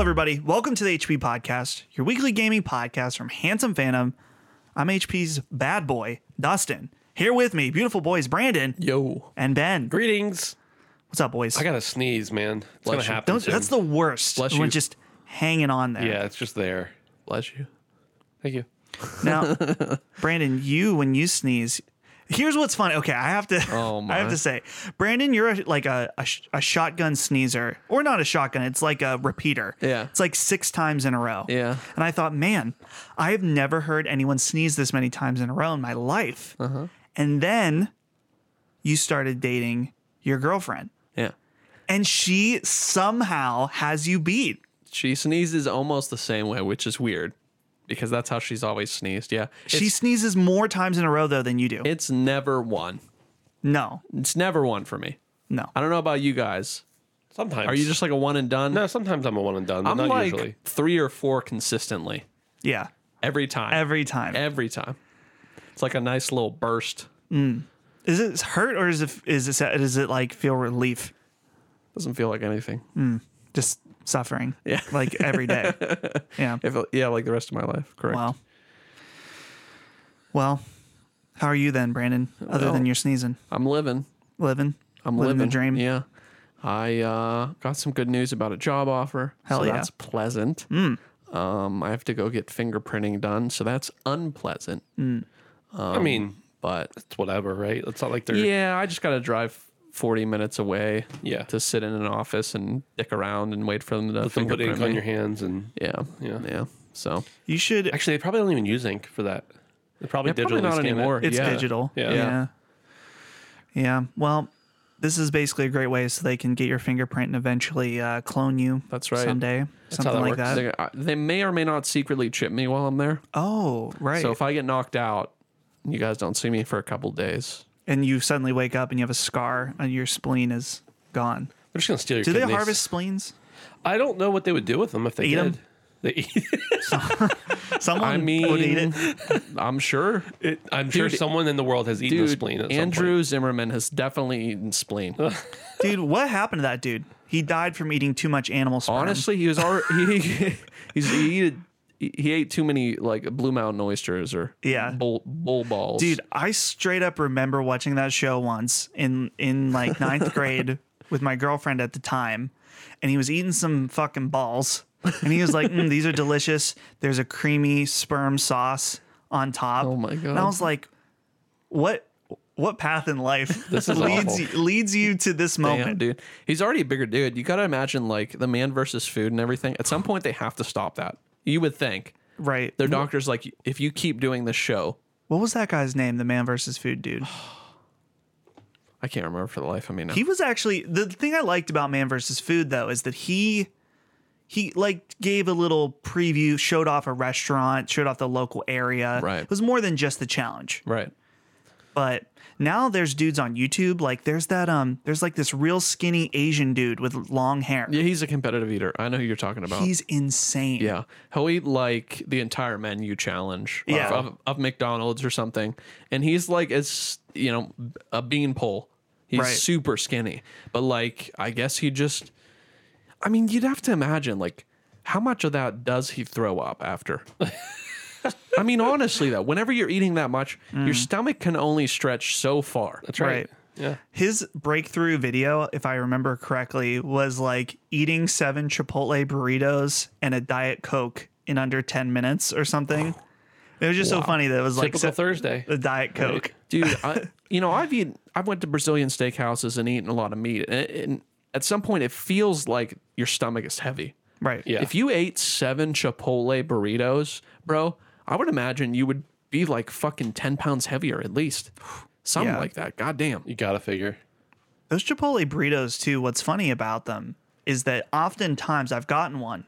everybody. Welcome to the HP Podcast, your weekly gaming podcast from Handsome Phantom. I'm HP's bad boy, Dustin. Here with me, beautiful boys, Brandon Yo. and Ben. Greetings. What's up, boys? I gotta sneeze, man. It's gonna Bless you. happen. Don't, soon. that's the worst. Bless when you. just hanging on there. yeah. It's just there. Bless you. Thank you. Now, Brandon, you when you sneeze, here's what's funny. Okay, I have to. Oh, I have my. to say, Brandon, you're a, like a, a sh- a shotgun sneezer, or not a shotgun. It's like a repeater. Yeah. It's like six times in a row. Yeah. And I thought, man, I have never heard anyone sneeze this many times in a row in my life. Uh-huh. And then you started dating your girlfriend, Yeah. and she somehow has you beat. She sneezes almost the same way, which is weird because that's how she's always sneezed. Yeah. It's, She sneezes more times in a row though than you do. it's never one. no, It's never one for me. no. I don't know about you guys. Sometimes. Are you just like a one and done? No. Sometimes I'm a one and done. But I'm not like usually. three or four consistently Yeah, every time. every time. Every time. It's like a nice little burst. Is it hurt or is it is it sad- does it like feel relief? Doesn't feel like anything. Just suffering. Yeah. Like every day. yeah. If, yeah, like the rest of my life. Correct. Wow. Well, how are you then, Brandon? Other Well- than you're sneezing, I'm living. living, I'm living, living, the dream. Yeah. I uh, got some good news about a job offer. Hell so yeah. Hmm. That's pleasant. Um, I have to go get fingerprinting done, so that's unpleasant. I mean, But it's whatever, right? It's not like they're. um, yeah, I just got to drive 40 minutes away. Yeah. To sit in an office and dick around and wait for them to Let them put fingerprint ink me. on your hands and. yeah. Yeah. Yeah. So You should. Actually, they probably don't even use ink for that. They probably Yeah, probably digitally not scan it. anymore. it's yeah. digital. Yeah. yeah. Yeah. Well, this is basically a great way so they can get your fingerprint and eventually uh, clone you. That's right. Someday, something how that like works. that. They, I- they may or may not secretly chip me while I'm there. oh, right. So if I get knocked out, you guys don't see me for a couple days. and you suddenly wake up and you have a scar and your spleen is gone. They're just gonna steal your. Do they kidneys. harvest spleens? I don't know what they would do with them if they Eat 'em? did. They eat Someone I would eat it. mean, I'm sure. it. I'm sure Dude, someone in the world has eaten a Dude, spleen. At Andrew Zimmerman has definitely eaten spleen. Dude, what happened to that dude? He died from eating too much animal sperm. Honestly, he was already he he's, he, ate, he ate too many like blue mountain oysters or Yeah. bull, bull balls. dude, I straight up remember watching that show once in in like ninth grade with my girlfriend at the time, and he was eating some fucking balls, and he was like, mm, "These are delicious. There's a creamy sperm sauce on top." Oh my God. And I was like, "What? What path in life this is leads awful. you, leads you to this Damn, moment, dude, he's already a bigger dude. You gotta imagine like the man versus food and everything. At some point, they have to stop that. You would think Right? their doctor's like, if you keep doing this show, What was that guy's name? The man versus food dude. I can't remember for the life of me now. he was actually the thing I liked about Man vs. Food though is that he he like gave a little preview, showed off a restaurant, showed off the local area. Right. It was more than just the challenge. right. But now there's dudes on YouTube like there's that um there's like this real skinny Asian dude with long hair. Yeah, he's a competitive eater. I know who you're talking about. He's insane. Yeah, he'll eat like the entire menu challenge Yeah. of, of, of McDonald's or something, and he's like as you know a beanpole. He's Right. super skinny, but like I guess he just. I mean, you'd have to imagine like how much of that does he throw up after. I mean, honestly though, whenever you're eating that much, Mm. your stomach can only stretch so far. That's Right. right. Yeah. His breakthrough video, if I remember correctly, was like eating seven Chipotle burritos and a Diet Coke in under 10 minutes or something. It was just so funny that it was like Typical se- Thursday. Uh, the Diet Coke. dude. I, you know, I've eaten. I've went to Brazilian steakhouses and eaten a lot of meat, and, and at some point, it feels like your stomach is heavy. Right. Yeah. If you ate seven Chipotle burritos, bro, I would imagine you would be like fucking ten pounds heavier at least, something Yeah. like that. God damn. You gotta figure. Those Chipotle burritos, too, what's funny about them is that oftentimes I've gotten one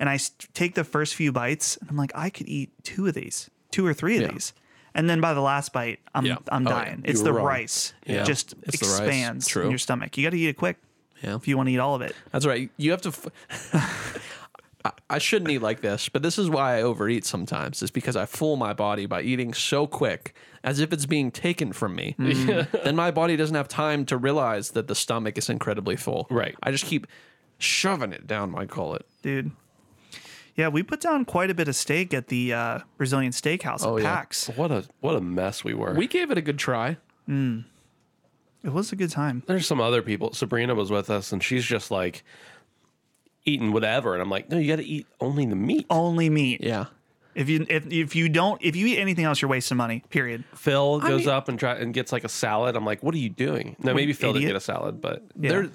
and I s- take the first few bites and I'm like, I could eat two of these, two or three of these. And then by the last bite, I'm Yeah. I'm Oh, yeah. dying. It's You the were wrong. rice. Yeah. It just It's the rice. expands True. in your stomach. You got to eat it quick Yeah. if you want to eat all of it. That's right. You have to. F- I- I shouldn't eat like this, but this is why I overeat sometimes. Is because I fool my body by eating so quick, as if it's being taken from me. then my body doesn't have time to realize that the stomach is incredibly full. Right. I just keep shoving it down my gullet. dude. Yeah, we put down quite a bit of steak at the uh, Brazilian steakhouse Oh, at yeah. PAX. What a what a mess we were. We gave it a good try. It was a good time. There's some other people. Sabrina was with us, and she's just like eating whatever, and I'm like, no, you got to eat only the meat. Oh, Only meat. Yeah. If you if if you don't if you eat anything else, you're wasting money. Period. Phil goes mean- up and try and gets like a salad. I'm like, what are you doing? No, maybe Phil didn't idiot. get a salad, but Yeah. There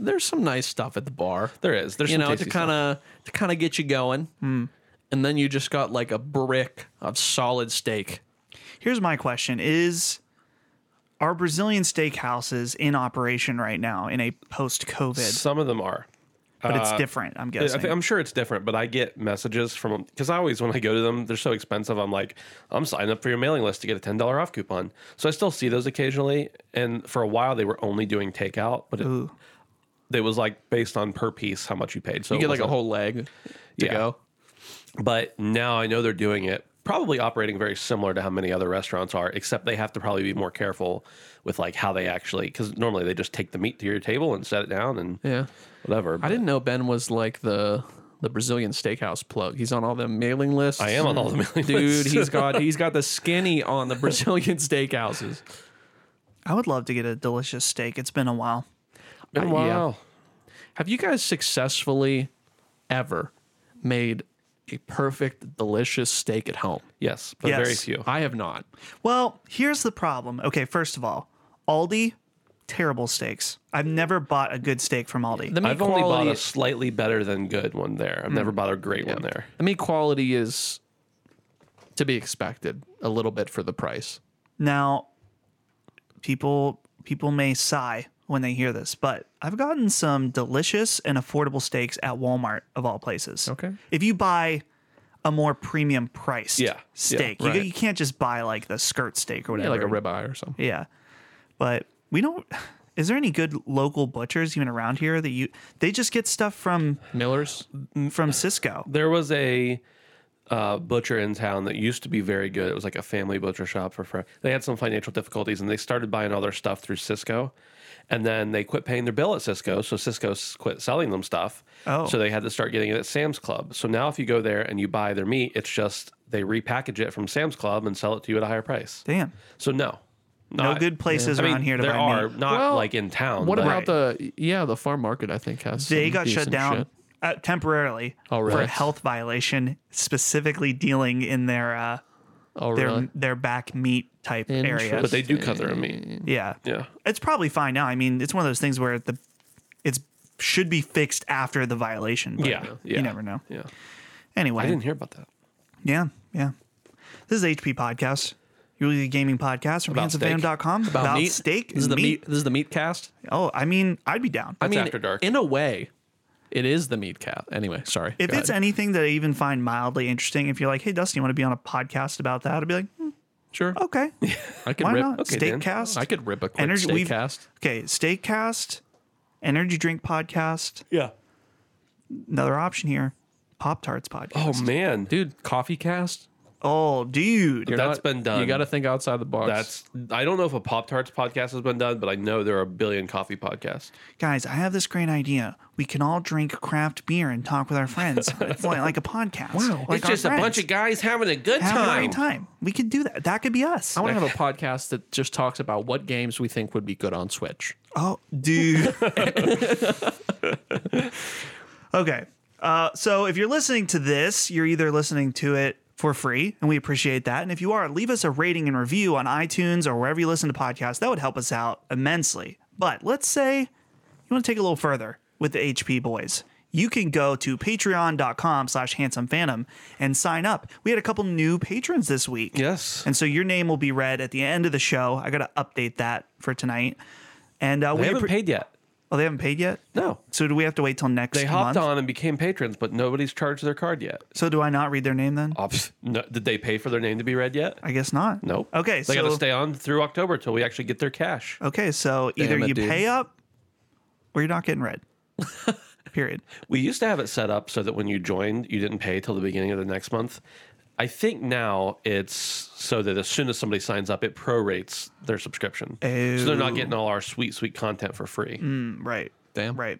there's some nice stuff at the bar. there is. There's you some know, to tasty stuff. kind of to kind of get you going. And then you just got like a brick of solid steak. Here's my question: Is are Brazilian steakhouses in operation right now in a post-COVID? Some of them are. But it's uh, different, I'm I guessing. think, I'm sure it's different, but I get messages from because I always when I go to them, they're so expensive. I'm like, I'm signing up for your mailing list to get a ten dollar off coupon. So I still see those occasionally. And for a while, they were only doing takeout, but it, it was like based on per piece how much you paid. So You it get like a wasn't- whole leg to Yeah. go. But now I know they're doing it, probably operating very similar to how many other restaurants are, except they have to probably be more careful with like how they actually because normally they just take the meat to your table and set it down and Yeah. whatever. I didn't know Ben was like the the Brazilian steakhouse plug. He's on all the mailing lists. I am on all the mailing Dude, lists. he's got he's got the skinny on the Brazilian steakhouses. I would love to get a delicious steak. It's been a while. Been a yeah. while. Have you guys successfully ever made a perfect delicious steak at home? Yes, but Yes. very few. I have not. Well, here's the problem. Okay, first of all, Aldi, terrible steaks. I've never bought a good steak from Aldi. The meat I've only quality, bought a slightly better than good one there. I've Hmm. never bought a great one there. the meat quality is to be expected a little bit for the price. Now, people people may sigh when they hear this, but I've gotten some delicious and affordable steaks at Walmart of all places. Okay. If you buy a more premium priced Yeah, yeah, steak, you, right. you can't just buy like the skirt steak or Yeah, whatever. like a ribeye or something. Yeah. But we don't is there any good local butchers even around here that you they just get stuff from Miller's. from Cisco. There was a uh, butcher in town that used to be very good. It was like a family butcher shop for friends. They had some financial difficulties and they started buying all their stuff through Cisco. And then they quit paying their bill at Cisco. So Cisco s- quit selling them stuff. Oh. So they had to start getting it at Sam's Club. So now if you go there and you buy their meat, it's just they repackage it from Sam's Club and sell it to you at a higher price. Damn. So no. No not- good places I mean, around here to there buy are meat. not Well, like in town. What but- about the yeah the farm market? I think has They some got shut decent down shit. uh, temporarily Oh, for a really? health violation, specifically dealing in their uh, Oh their really? their back meat type area. But they do cut their own meat. yeah, Yeah. it's probably fine now. I mean, it's one of those things where the it's should be fixed after the violation. But Yeah, yeah. you never know. Yeah. I Anyway, didn't hear about that. yeah, yeah. This is HP podcast. Your weekly gaming podcast from About steak. handsomefam.com about, meat? steak This is and the meat. This is the meat cast. Oh, I mean, I'd be down. I mean, after dark. in a way, it is the meat cast. Anyway, sorry. If Go it's ahead. anything that I even find mildly interesting, if you're like, hey, Dustin, you want to be on a podcast about that? I'd be like, "Hmm, sure, okay. I could Why rip. not? okay, Dan. Steakcast. I could rip a quick Energy- steak we've- cast. Okay, Steakcast, Energy Drink Podcast. Yeah. Another option here, Pop Tarts Podcast. Oh man, dude, Dude, coffee cast. Oh, dude. You're That's not- been done. You got to think outside the box. that's I don't know if a Pop Tarts podcast has been done, but I know there are a billion coffee podcasts. Guys, I have this great idea. We can all drink craft beer and talk with our friends. it's like, like a podcast. Wow. Like our friends. guys having a good Have a great time. We could do that. That could be us. I want to have a podcast that just talks about what games we think would be good on Switch. Oh, dude. okay. Uh, so if you're listening to this, you're either listening to it for free, and we appreciate that. And if you are, leave us a rating and review on iTunes or wherever you listen to podcasts. That would help us out immensely. But let's say you want to take it a little further with the HP boys. You can go to patreon.com slash handsome phantom and sign up. We had a couple new patrons this week. Yes, And so your name will be read at the end of the show. I got to update that for tonight. And uh, they we haven't appre- paid yet. oh, they haven't paid yet. No, So do we have to wait till next they hopped month? on and became patrons, but nobody's charged their card yet. So do I not read their name then? Ops. No, did they pay for their name to be read yet? I guess not. Oh. Nope. Okay. so they got to stay on through October till we actually get their cash. okay. So either Damn it, you dude. pay up, or you're not getting read. Period. We used to have it set up so that when you joined, you didn't pay till the beginning of the next month. I think now it's so that as soon as somebody signs up, it prorates their subscription. So they're not getting all our sweet, sweet content for free. Mm, Right. Damn. Right.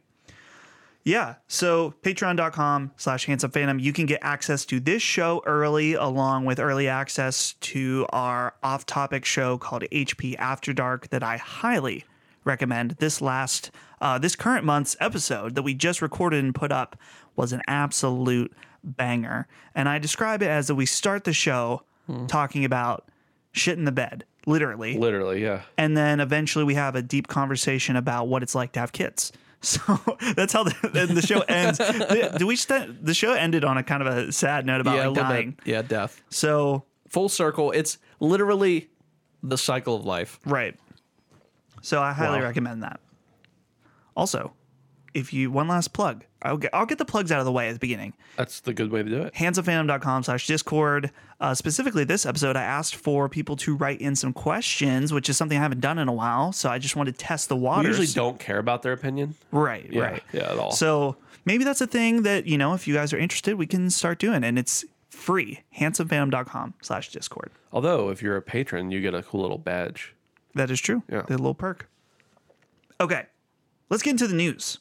Yeah. So patreon.com slash handsome phantom. You can get access to this show early, along with early access to our off topic show called HP After Dark that I highly recommend. This last, uh, this current month's episode that we just recorded and put up was an absolute banger. And I describe it as that we start the show talking about shit in the bed, literally. Literally, yeah. and then eventually we have a deep conversation about what it's like to have kids. So that's how the, then the show ends. The- Do we? St- the show ended on a kind of a sad note about yeah, a like little bit. dying. Yeah, death. So Full circle. It's literally the cycle of life. right. So I highly recommend that. Also, if you one last plug, I'll get I'll get the plugs out of the way at the beginning. That's the good way to do it. handsofandom.com slash discord uh, specifically this episode i asked for people to write in some questions which is something i haven't done in a while so i just wanted to test the We waters usually don't care about their opinion. Right, right. yeah, at all. So maybe that's a thing that, you know, if you guys are interested, we can start doing. And it's free. handsomephantom.com slash Discord. Although, if you're a patron, you get a cool little badge. That is true. Yeah. The little perk. Okay. Let's get into the news.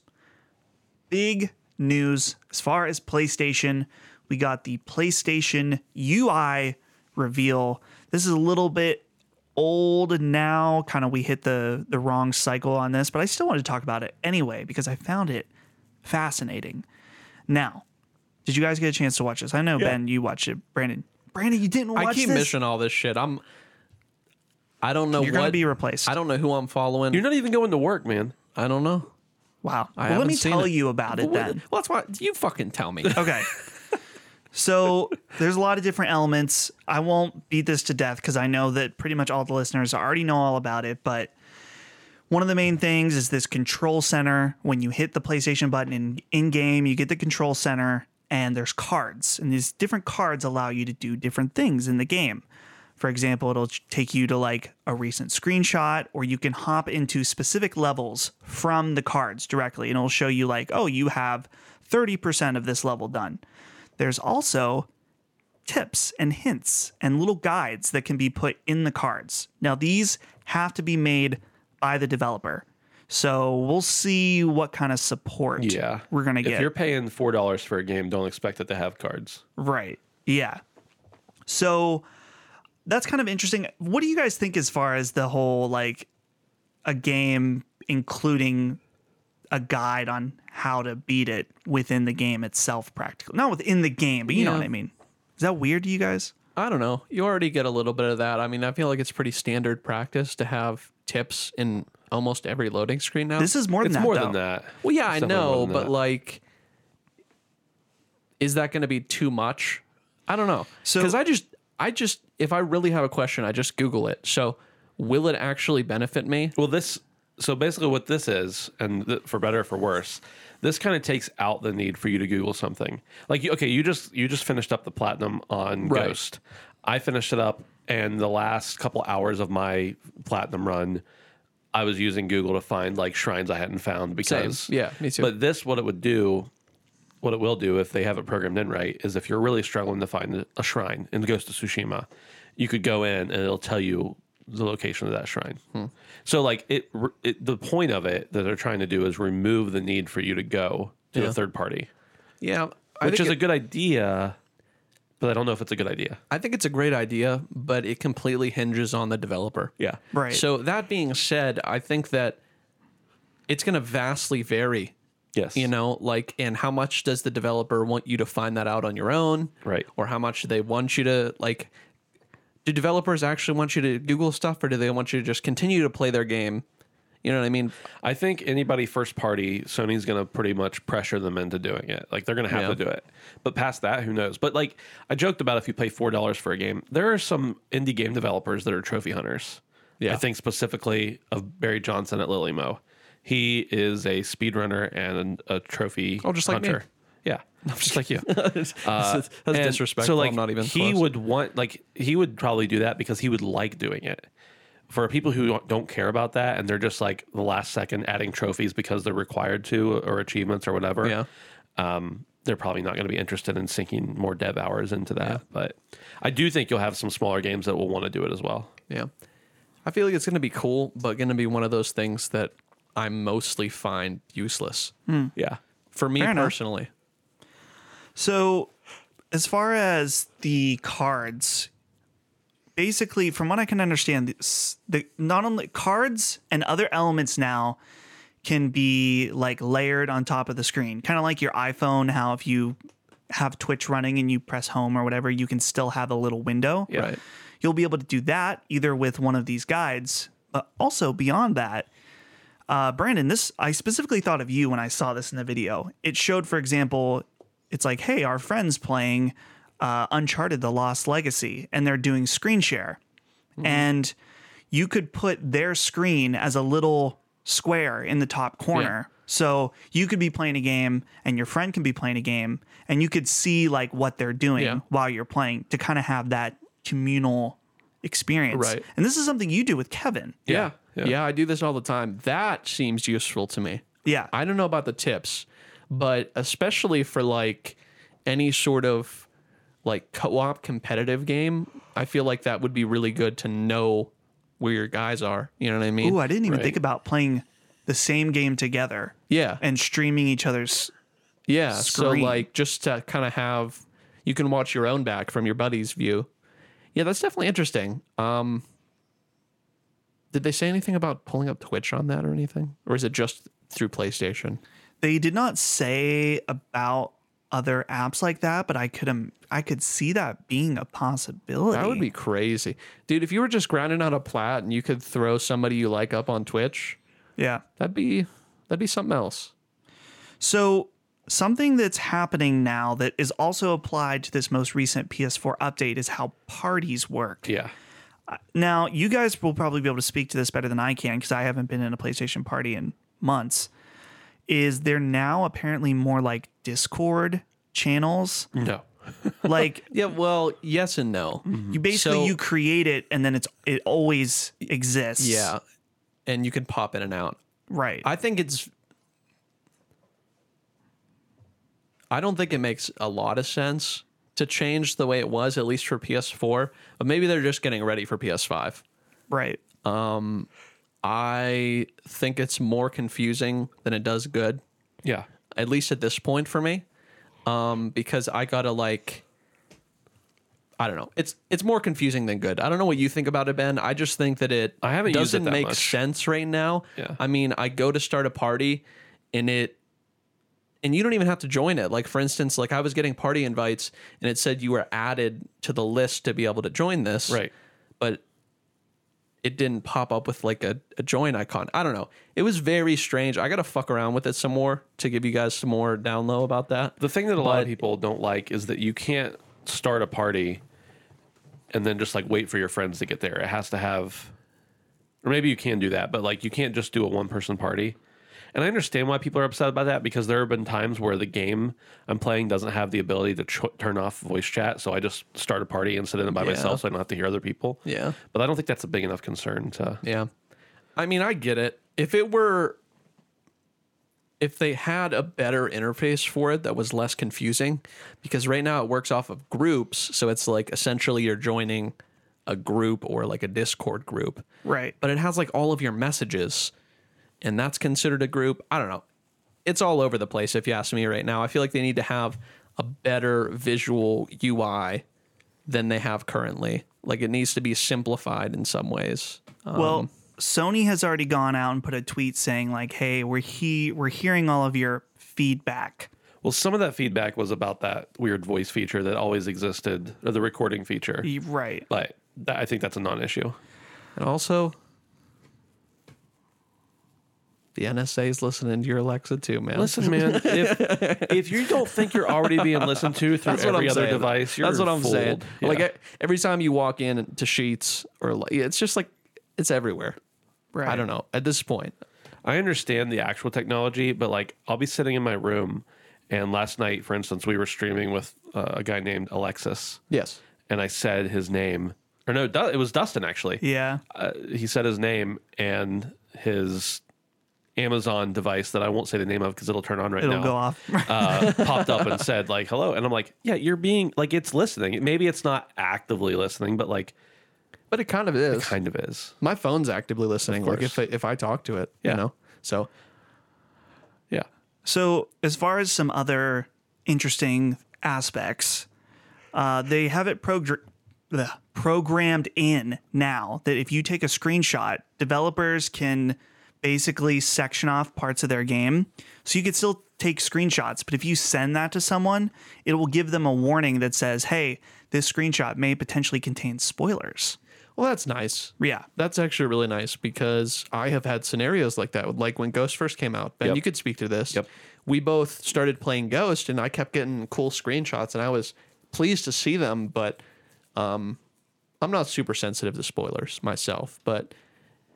Big news as far as PlayStation. We got the PlayStation UI reveal. This is a little bit old now. Kind of we hit the the wrong cycle on this, but I still wanted to talk about it anyway because I found it fascinating. Now, did you guys get a chance to watch this? I know Ben, you watched it. Brandon, Brandon, you didn't watch I keep this. missing all this shit. I'm. I don't know You're what. gonna be replaced. I don't know who I'm following. You're not even going to work, man. I don't know. Wow. I well, let haven't me seen tell it. you about it Well, then. well, that's why you fucking tell me. Okay. So there's a lot of different elements. I won't beat this to death because I know that pretty much all the listeners already know all about it. But one of the main things is this control center. When you hit the PlayStation button in, in game, you get the control center, and there's cards. And these different cards allow you to do different things in the game. For example, it'll ch- take you to like a recent screenshot, or you can hop into specific levels from the cards directly, and it'll show you, like, oh, you have 30% of this level done. There's also tips and hints and little guides that can be put in the cards. Now, these have to be made by the developer. So we'll see what kind of support Yeah. we're going to get. If you're paying $4 for a game, don't expect it to have cards. Right. Yeah. So that's kind of interesting. What do you guys think as far as the whole like a game including a guide on how to beat it within the game itself practically? Not within the game, but you know Yeah. what I mean. Is that weird to you guys? I don't know. You already get a little bit of that. I mean, I feel like it's pretty standard practice to have tips in almost every loading screen now. This is more than It's that. more though. than that. well, yeah, I It's definitely more know, than but that. like, is that going to be too much? I don't know. So- because I just, I just, if I really have a question, I just Google it. So, will it actually benefit me? Well, this so basically what this is, and th- for better or for worse, this kind of takes out the need for you to Google something. Like, you- okay, you just you just finished up the platinum on Right. Ghost. I finished it up, and the last couple hours of my platinum run, I was using Google to find like shrines I hadn't found because Yeah, me too. But this, what it would do. What it will do if they have it programmed in right is if you're really struggling to find a shrine in Ghost of Tsushima, you could go in and it'll tell you the location of that shrine. Hmm. So like it, it, the point of it that they're trying to do is remove the need for you to go to a third party, Yeah, I which think is a it- good idea, but I don't know if it's a good idea. I think it's a great idea, but it completely hinges on the developer. Yeah, Right. So that being said, I think that it's going to vastly vary, Yes, you know, like and how much does the developer want you to find that out on your own? Right. Or how much do they want you to like do developers actually want you to Google stuff or do they want you to just continue to play their game? You know what I mean? I think anybody first party, Sony's going to pretty much pressure them into doing it. Like they're going to have Yeah. to do it. But past that, who knows? But like I joked about if you pay $4 for a game, there are some indie game developers that are trophy hunters. Yeah. I think specifically of Barry Johnson at Lilymo. He is a speedrunner and a trophy Oh, just like me. hunter. Yeah. just like you. that's that's Uh, And disrespectful. So like, I'm not even he close. would want like he would probably do that because he would like doing it. For people who don't care about that and they're just like the last second adding trophies because they're required to or achievements or whatever, Yeah. um, they're probably not going to be interested in sinking more dev hours into that. But I do think you'll have some smaller games that will want to do it as well. Yeah. I feel like it's going to be cool, but going to be one of those things that I mostly find useless. Yeah, for me Fair enough. personally. So, as far as the cards, basically, from what I can understand, this- the not only cards and other elements now can be like layered on top of the screen, kind of like your iPhone. How if you have Twitch running and you press home or whatever, you can still have a little window. Yeah. Right. You'll be able to do that either with one of these guides, but also beyond that, uh, Brandon, this I specifically thought of you when I saw this in the video. It showed, for example, it's like, hey, our friend's playing uh, Uncharted: The Lost Legacy, and they're doing screen share, Mm-hmm. and you could put their screen as a little square in the top corner. So you could be playing a game, and your friend can be playing a game, and you could see like what they're doing Yeah. while you're playing to kind of have that communal experience. Right. And this is something you do with Kevin. Yeah. Yeah. Yeah. I do this all the time. That seems useful to me. Yeah. I don't know about the tips, but especially for like any sort of like co-op competitive game, I feel like that would be really good to know where your guys are. You know what I mean? Ooh, I didn't even Right. think about playing the same game together yeah. and streaming each other's. Yeah. screen. So like just to kind of have you can watch your own back from your buddy's view. Yeah, that's definitely interesting. Um did they say anything about pulling up Twitch on that or anything? Or is it just through PlayStation? They did not say about other apps like that, but I could um, I could see that being a possibility. That would be crazy. Dude, if you were just grinding out a plat and you could throw somebody you like up on Twitch, yeah. that'd be that'd be something else. So something that's happening now that is also applied to this most recent PS4 update is how parties work. Yeah. Now, you guys will probably be able to speak to this better than I can because I haven't been in a PlayStation party in months. Is they're now apparently more like Discord channels? No. Like Yeah, well, yes and no. you basically So- you create it and then it's it always exists. Yeah. And you can pop in and out. Right. I think it's. I don't think it makes a lot of sense to change the way it was, at least for PS4, but maybe they're just getting ready for PS5. right. I think it's more confusing than it does good, Yeah. at least at this point for me, um, because I gotta like. I don't know. It's it's more confusing than good. I don't know what you think about it, Ben. I just think that it I haven't used it doesn't that make much. sense right now. Yeah. I mean, I go to start a party and it and you don't even have to join it. Like for instance, like I was getting party invites and it said you were added to the list to be able to join this. Right. But it didn't pop up with like a, a join icon. I don't know. It was very strange. I gotta fuck around with it some more to give you guys some more down low about that. The thing that a lot of But- people don't like is that you can't start a party and then just like wait for your friends to get there. It has to have, or maybe you can do that, but like you can't just do a one person party. And I understand why people are upset about that because there have been times where the game I'm playing doesn't have the ability to ch- turn off voice chat. So I just start a party and sit in it by Yeah. myself so I don't have to hear other people. Yeah. But I don't think that's a big enough concern to. Yeah. I mean, I get it. If it were if they had a better interface for it that was less confusing because right now it works off of groups, so it's like essentially you're joining a group or like a Discord group. Right. But it has like all of your messages and that's considered a group. I don't know. It's all over the place if you ask me right now. I feel like they need to have a better visual UI than they have currently. Like it needs to be simplified in some ways. well, Sony has already gone out and put a tweet saying like, "Hey, we're he we're hearing all of your feedback." Well, some of that feedback was about that weird voice feature that always existed, or the recording feature. Y- Right. But that, I think that's a non-issue. And also, the NSA is listening to your Alexa too, man. Listen, man, if, if you don't think you're already being listened to through That's what every I'm other saying. device, you're That's what I'm fooled. saying. Yeah. Like e- every time you walk in to Sheets or like, it's just like it's everywhere. Right. I don't know. At this point, I understand the actual technology, but like I'll be sitting in my room, and last night, for instance, we were streaming with uh, a guy named Alexis, yes. and I said his name, or no, Du- it was Dustin actually. Yeah. uh, he said his name and his Amazon device that I won't say the name of because it'll turn on right It'll now. go off. uh, popped up and said like hello, and I'm like, yeah, you're being like it's listening. Maybe it's not actively listening, but like But it kind of is. kind of is. My phone's actively listening. Like if I, if I talk to it, Yeah. you know. So Yeah, So, as far as some other interesting aspects, uh, they have it progr- bleh, programmed in now that if you take a screenshot, developers can basically section off parts of their game. So, you could still take screenshots, but if you send that to someone, it will give them a warning that says, hey, this screenshot may potentially contain spoilers. Well, that's nice. Yeah. That's actually really nice because I have had scenarios like that. Like when Ghost first came out, Ben, Yep. you could speak to this. Yep. We both started playing Ghost, and I kept getting cool screenshots, and I was pleased to see them. But um, I'm not super sensitive to spoilers myself. But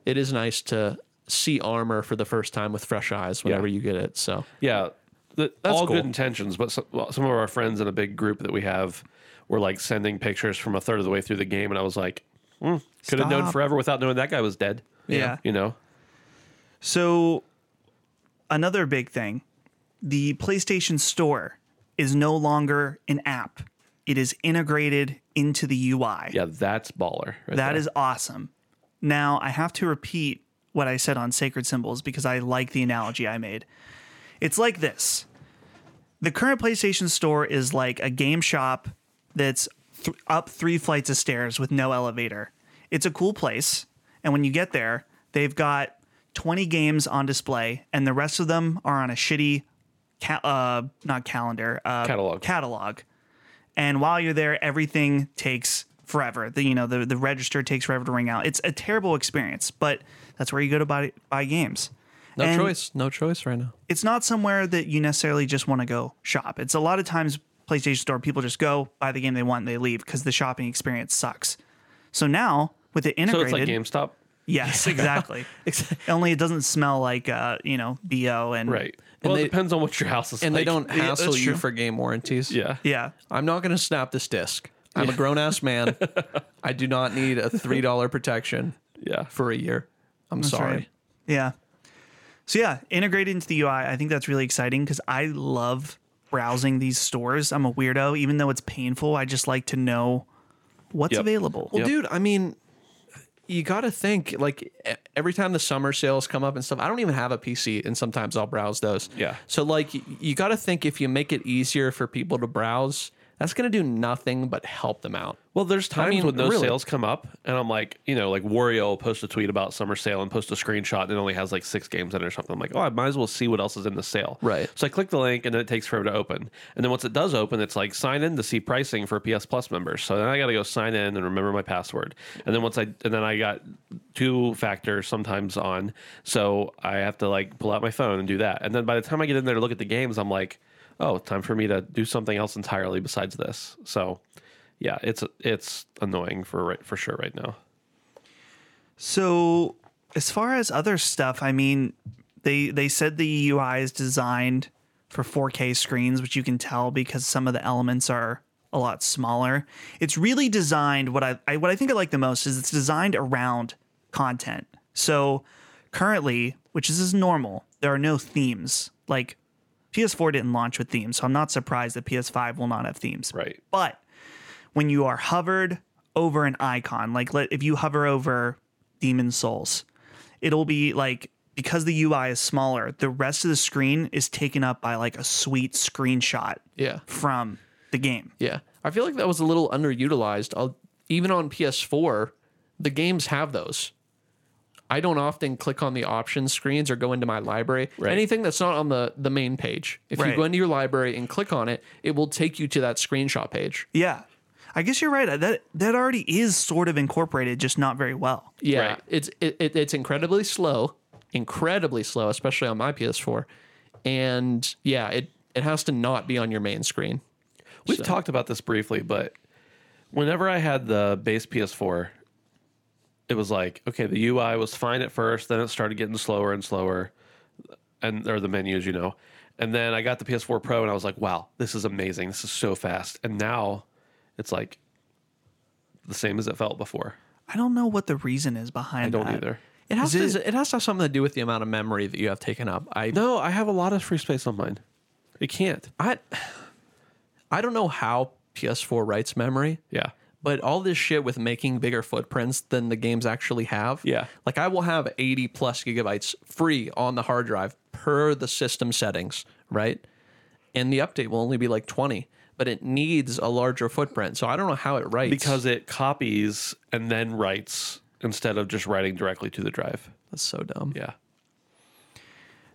it is nice to see armor for the first time with fresh eyes whenever you get it. So Yeah, the, all cool. good intentions, but some, well, some of our friends in a big group that we have were like sending pictures from a third of the way through the game, and I was like, hmm, could have known Stop. forever without knowing that guy was dead. Yeah. you know, So, another big thing the PlayStation Store is no longer an app, it is integrated into the UI. yeah, that's baller. Right That is awesome. Now, I have to repeat what I said on Sacred Symbols because I like the analogy I made. It's like this the current PlayStation Store is like a game shop that's th- up three flights of stairs with no elevator. It's a cool place. And when you get there, they've got 20 games on display, and the rest of them are on a shitty, ca- uh, not calendar, uh, Catalog. Catalog. And while you're there, everything takes forever. The you know the the register takes forever to ring out. It's a terrible experience, but that's where you go to buy buy games. no And- choice, no choice right now. it's not somewhere that you necessarily just want to go shop. It's a lot of times PlayStation Store people just go buy the game they want and they leave because the shopping experience sucks. So now with it So integrated, it's like GameStop, yes, exactly. Only it doesn't smell like uh, you know bo and right? well, they- it depends on what your house is. And like. they don't yeah, hassle that's you true. for game warranties. Yeah, Yeah, I'm not going to snap this disc. I'm a grown ass man. I do not need a three dollar protection yeah. for a year. I'm That's sorry. right. Yeah. So yeah, integrated into the UI. I think that's really exciting because I love browsing these stores. I'm a weirdo, even though it's painful. I just like to know what's Yep. available. Well, dude, I mean, you got to think like e- every time the summer sales come up and stuff. I don't even have a PC, and sometimes I'll browse those. Yeah. So like, y- you got to think if you make it easier for people to browse, that's going to do nothing but help them out. Well, there's times mean, when those really. sales come up, and I'm like, you know, like Wario will post a tweet about summer sale and post a screenshot, and it only has like six games in it or something. I'm like, oh, I might as well see what else is in the sale. Right. So I click the link, and then it takes forever to open. And then once it does open, it's like sign in to see pricing for PS Plus members. So then I got to go sign in and remember my password. And then once I and then I got two factor sometimes on, so I have to like pull out my phone and do that. And then by the time I get in there to look at the games, I'm like. Oh, time for me to do something else entirely besides this. So, yeah, it's it's annoying for right for sure right now. So as far as other stuff, I mean, they they said the UI is designed for 4K screens, which you can tell because some of the elements are a lot smaller. It's really designed what I, I what I think I like the most is it's designed around content. So currently, which is, is normal, there are no themes. Like PS4 didn't launch with themes, so I'm not surprised that PS5 will not have themes. Right. But when you are hovered over an icon, like let, if you hover over Demon Souls, it'll be like because the UI is smaller, the rest of the screen is taken up by like a sweet screenshot Yeah. from the game. Yeah. I feel like that was a little underutilized. I'll, even on PS4, the games have those. I don't often click on the options screens or go into my library. Right. Anything that's not on the, the main page. If Right. you go into your library and click on it, it will take you to that screenshot page. Yeah. I guess you're right. That that already is sort of incorporated, just not very well. Yeah. Right. It's it, it, it's incredibly slow, incredibly slow, especially on my PS4. And yeah, it, it has to not be on your main screen. We've talked about this briefly, but whenever I had the base PS4, it was like, okay, the UI was fine at first, then it started getting slower and slower, and or the menus, you know. And then I got the PS4 Pro, and I was like, wow, this is amazing. This is so fast. And now it's like the same as it felt before. I don't know what the reason is behind I don't that. either. It has, to, it has to have something to do with the amount of memory that you have taken up. I No, I have a lot of free space on mine. It can't. I I don't know how PS4 writes memory, Yeah. but all this shit with making bigger footprints than the games actually have. Yeah. Like I will have 80 plus gigabytes free on the hard drive per the system settings right? And the update will only be like 20, but it needs a larger footprint. So I don't know how it writes. because it copies and then writes instead of just writing directly to the drive. that's so dumb. Yeah.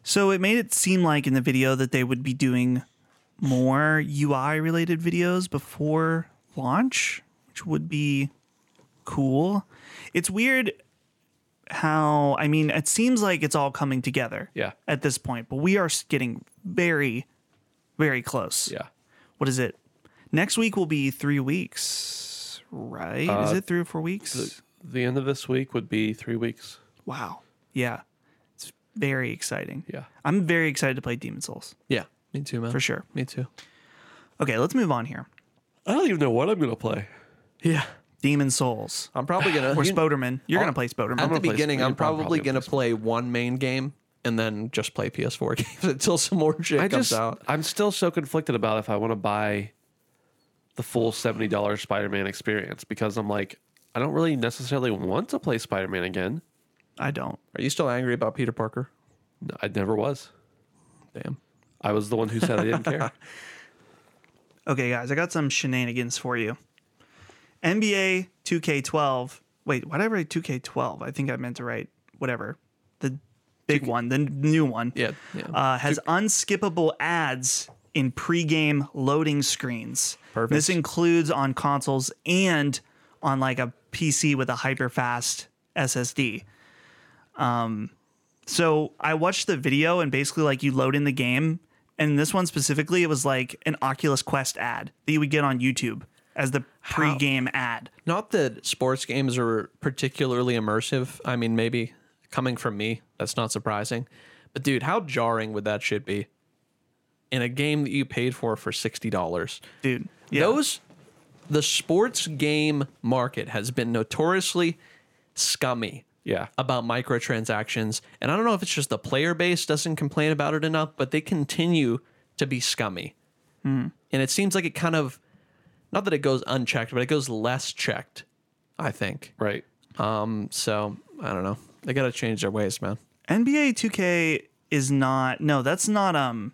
So it made it seem like in the video that they would be doing more UI related videos before launch, which would be cool. It's weird how, I mean, it seems like it's all coming together Yeah. at this point, but we are s- getting very, very close. Yeah. What is it? Next week will be three weeks, right? is it three or four weeks? Uh, The end of this week would be three weeks. wow. Yeah. It's very exciting. Yeah. I'm very excited to play Demon Souls Yeah. Me too, man. for sure. Me too. Okay, let's move on here. I don't even know what I'm gonna play. Yeah. Demon Souls I'm probably going to. or Spoderman. You're gonna play at Spoderman. the play- beginning, you're I'm probably probably gonna going to play one main game and then just play PS4 games until some more shit I comes just out. I'm still so conflicted about if I want to buy the full seventy dollars Spider Man experience because I'm like I don't really necessarily want to play Spider Man again. I don't. Are you still angry about Peter Parker? No, I never was. Damn. I was the one who said I didn't care. Okay, guys, I got some shenanigans for you. NBA 2K12. Wait, why did I write 2K12? I think I meant to write whatever the big one, the n- new one. Yeah. Yeah. uh, has unskippable ads in pre-game loading screens. Perfect. This includes on consoles and on like a PC with a hyper fast SSD. Um, so I watched the video and basically like you load in the game, and this one specifically, it was like an Oculus Quest ad that you would get on YouTube as the pre-game ad. Not that sports games are particularly immersive. I mean, maybe coming from me, that's not surprising. But dude, how jarring would that shit be? In a game that you paid for for sixty dollars, Dude, yeah. those the sports game market has been notoriously scummy yeah. about microtransactions, and I don't know if it's just the player base doesn't complain about it enough, but they continue to be scummy. Hmm. And it seems like it kind of, not that it goes unchecked, but it goes less checked. I think. Right. Um. So I don't know. They got to change their ways, man. NBA 2K is not no, that's not um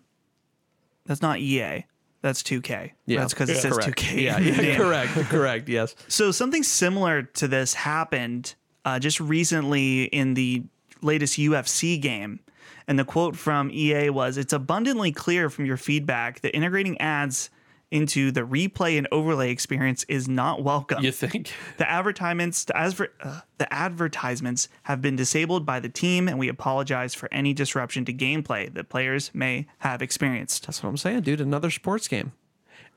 that's not EA. That's 2K. Yeah. That's cuz it Yeah. says Correct. 2K. Yeah. yeah correct. Correct. Yes. So something similar to this happened uh, just recently in the latest UFC game. And the quote from EA was It's abundantly clear from your feedback that integrating ads into the replay and overlay experience is not welcome. You think? The advertisements, the, adver- uh, the advertisements have been disabled by the team, and we apologize for any disruption to gameplay that players may have experienced. That's what I'm saying, dude. Another sports game.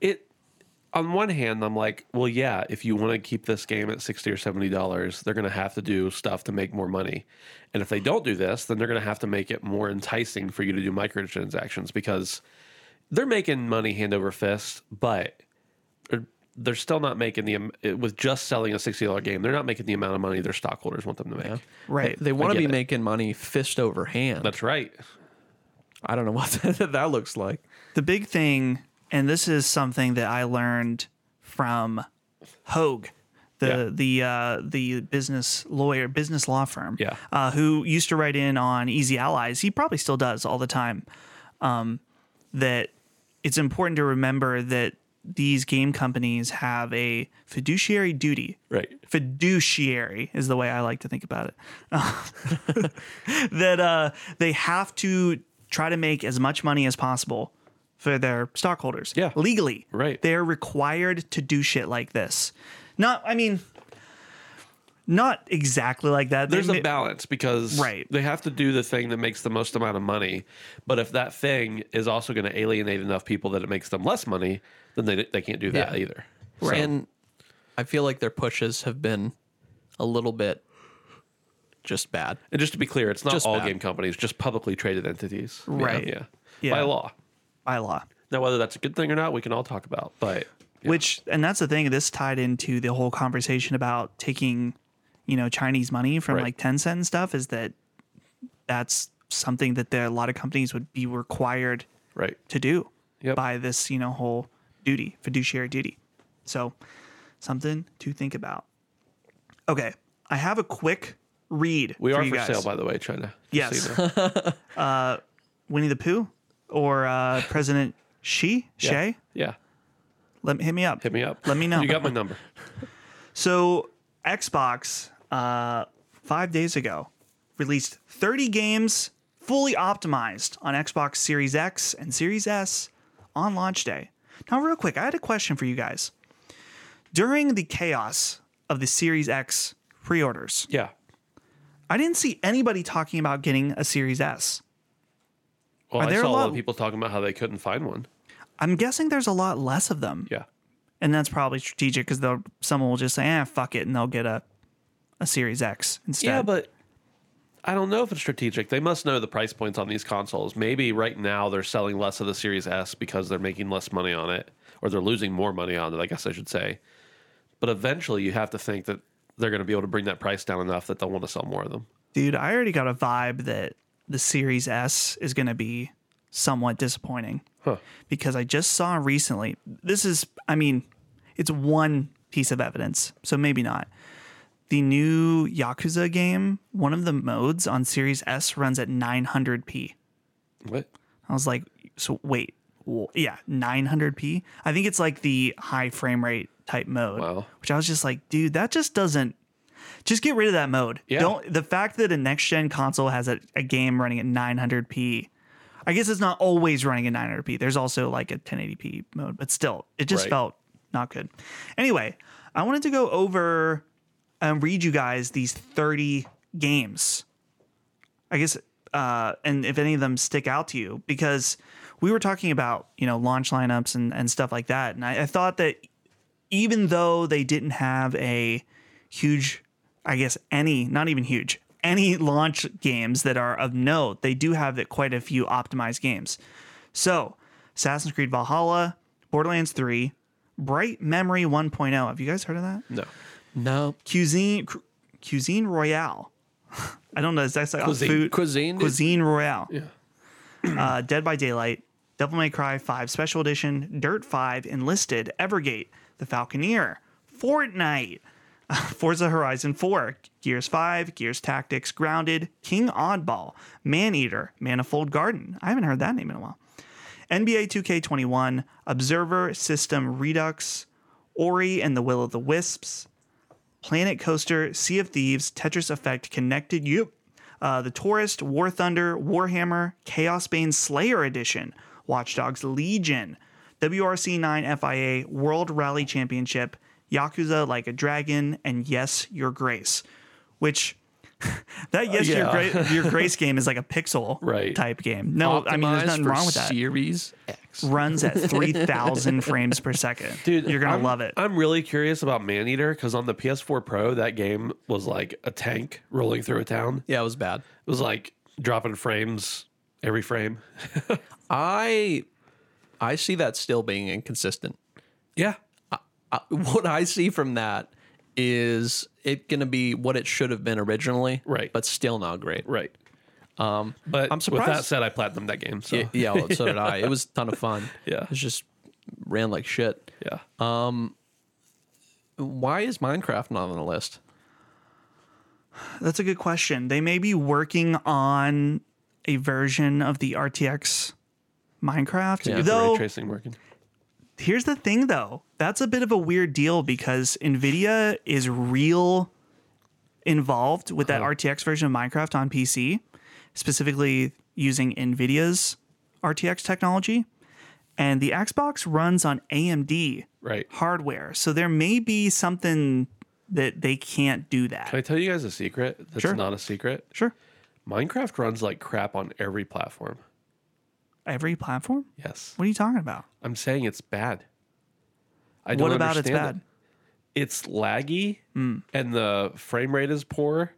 It on one hand, I'm like, well, yeah, if you want to keep this game at sixty or seventy dollars, they're gonna have to do stuff to make more money. And if they don't do this, then they're gonna have to make it more enticing for you to do microtransactions because they're making money hand over fist, but they're, they're still not making the am- it- with just selling a sixty dollar game. They're not making the amount of money their stockholders want them to make. Right. They want to get be it. making money fist over hand. That's right. I don't know what that, that looks like. The big thing, and this is something that I learned from Hogue, the the uh, the business lawyer, business law firm, Yeah. uh, who used to write in on Easy Allies. He probably still does all the time. Um, that it's important to remember that these game companies have a fiduciary duty Right. fiduciary is the way I like to think about it. that uh, they have to try to make as much money as possible for their stockholders. Yeah. Legally. Right. They're required to do shit like this. Not, I mean, not exactly like that. They there's ma- a balance because Right. they have to do the thing that makes the most amount of money. But if that thing is also going to alienate enough people that it makes them less money, then they, they can't do that Yeah. either. And I feel like their pushes have been a little bit just bad. And just to be clear, it's not Just all bad. game companies, just publicly traded entities. Yeah, Right. Yeah. Yeah. By law. by law. Now, whether that's a good thing or not, we can all talk about. But Which, and that's the thing, this tied into the whole conversation about taking, you know, Chinese money from Right. like Tencent and stuff is that that's something that there, a lot of companies would be required right. to do Yep. by this, you know, whole duty, fiduciary duty. So, something to think about. Okay, I have a quick read. We for are you for guys. sale, by the way, China. Just Yes. so you know. Winnie the Pooh. or uh, President Xi, Yeah. Shay, Yeah. let me hit me up. Hit me up. Let me know. You got my number. So Xbox, uh, five days ago, released 30 games fully optimized on Xbox Series X and Series S on launch day. Now, real quick, I had a question for you guys. During the chaos of the Series X pre-orders, Yeah. I didn't see anybody talking about getting a Series S. Well, Are I there saw a lot low? of people talking about how they couldn't find one. I'm guessing there's a lot less of them, Yeah. and that's probably strategic because someone will just say, "Ah, fuck it," and they'll get a a Series X instead. Yeah, but I don't know if it's strategic. They must know the price points on these consoles. Maybe right now they're selling less of the Series S because they're making less money on it, or they're losing more money on it, I guess I should say. But eventually you have to think that they're going to be able to bring that price down enough that they'll want to sell more of them. Dude, I already got a vibe that the Series S is going to be somewhat disappointing Huh. because I just saw recently. This is, I mean, it's one piece of evidence, so maybe not. The new Yakuza game, one of the modes on Series S runs at 900p. What? I was like, so wait, wh- yeah, 900p? I think it's like the high frame rate type mode, Wow. which I was just like, dude, that just doesn't. Just get rid of that mode. Yeah. Don't the fact that a next gen console has a, a game running at 900p. I guess it's not always running at 900p. There's also like a 1080p mode, but still, it just Right. felt not good. Anyway, I wanted to go over and read you guys these 30 games. I guess, uh, and if any of them stick out to you, because we were talking about, you know, launch lineups and, and stuff like that. And I, I thought that even though they didn't have a huge, I guess, any, not even huge, any launch games that are of note, they do have that quite a few optimized games. So, Assassin's Creed Valhalla, Borderlands 3, Bright Memory 1.0. Have you guys heard of that? No. No. Cuisine Cu- Cuisine Royale. I don't know. Is that like Cuisine. food? Cuisine, dude. Cuisine Royale. uh, Dead by Daylight, Devil May Cry 5 Special Edition, Dirt 5, Enlisted, Evergate, The Falconeer, Fortnite, Forza Horizon 4, Gears 5, Gears Tactics, Grounded, King Oddball, Man Eater, Manifold Garden. I haven't heard that name in a while. NBA 2K21, Observer, System Redux, Ori and the Will of the Wisps, Planet Coaster, Sea of Thieves, Tetris Effect, Connected You, uh, The Tourist, War Thunder, Warhammer, Chaos Bane Slayer Edition, Watch Dogs Legion, WRC 9 FIA, World Rally Championship, Yakuza Like a Dragon, and Yes, Your Grace, which. that yes, your, Yeah. Gra- your grace game is like a pixel Right. type game. No, Oh, I mean there's Optimized nothing for wrong with that Series X. runs at 3,000 frames per second. Dude, you're going I'm- to love it. I'm really curious about Maneater because on the PS4 Pro, that game was like a tank rolling through a town. Yeah, it was bad. It was like dropping frames every frame. I I see that still being inconsistent. Yeah. I, what I see from that is it going to be what it should have been originally, Right. But still not great. Right. Um, but I'm With that surprised- said, I platinum that game. So Yeah, yeah, well, so did I. It was a ton of fun. Yeah. it was just ran like shit. yeah. Why is Minecraft not on the list? That's a good question. They may be working on a version of the RTX Minecraft. Get the Though, ray tracing working. here's the thing though that's a bit of a weird deal because nvidia is real involved with that rtx version of minecraft on pc specifically using nvidia's rtx technology and the xbox runs on amd Right. hardware so there may be something that they can't do that Can I tell you guys a secret? That's Sure. not a secret. sure Minecraft runs like crap on every platform. every platform Yes. what are you talking about I'm saying it's bad. I what about it's understand bad Hmm. it. It's laggy and the frame rate is poor.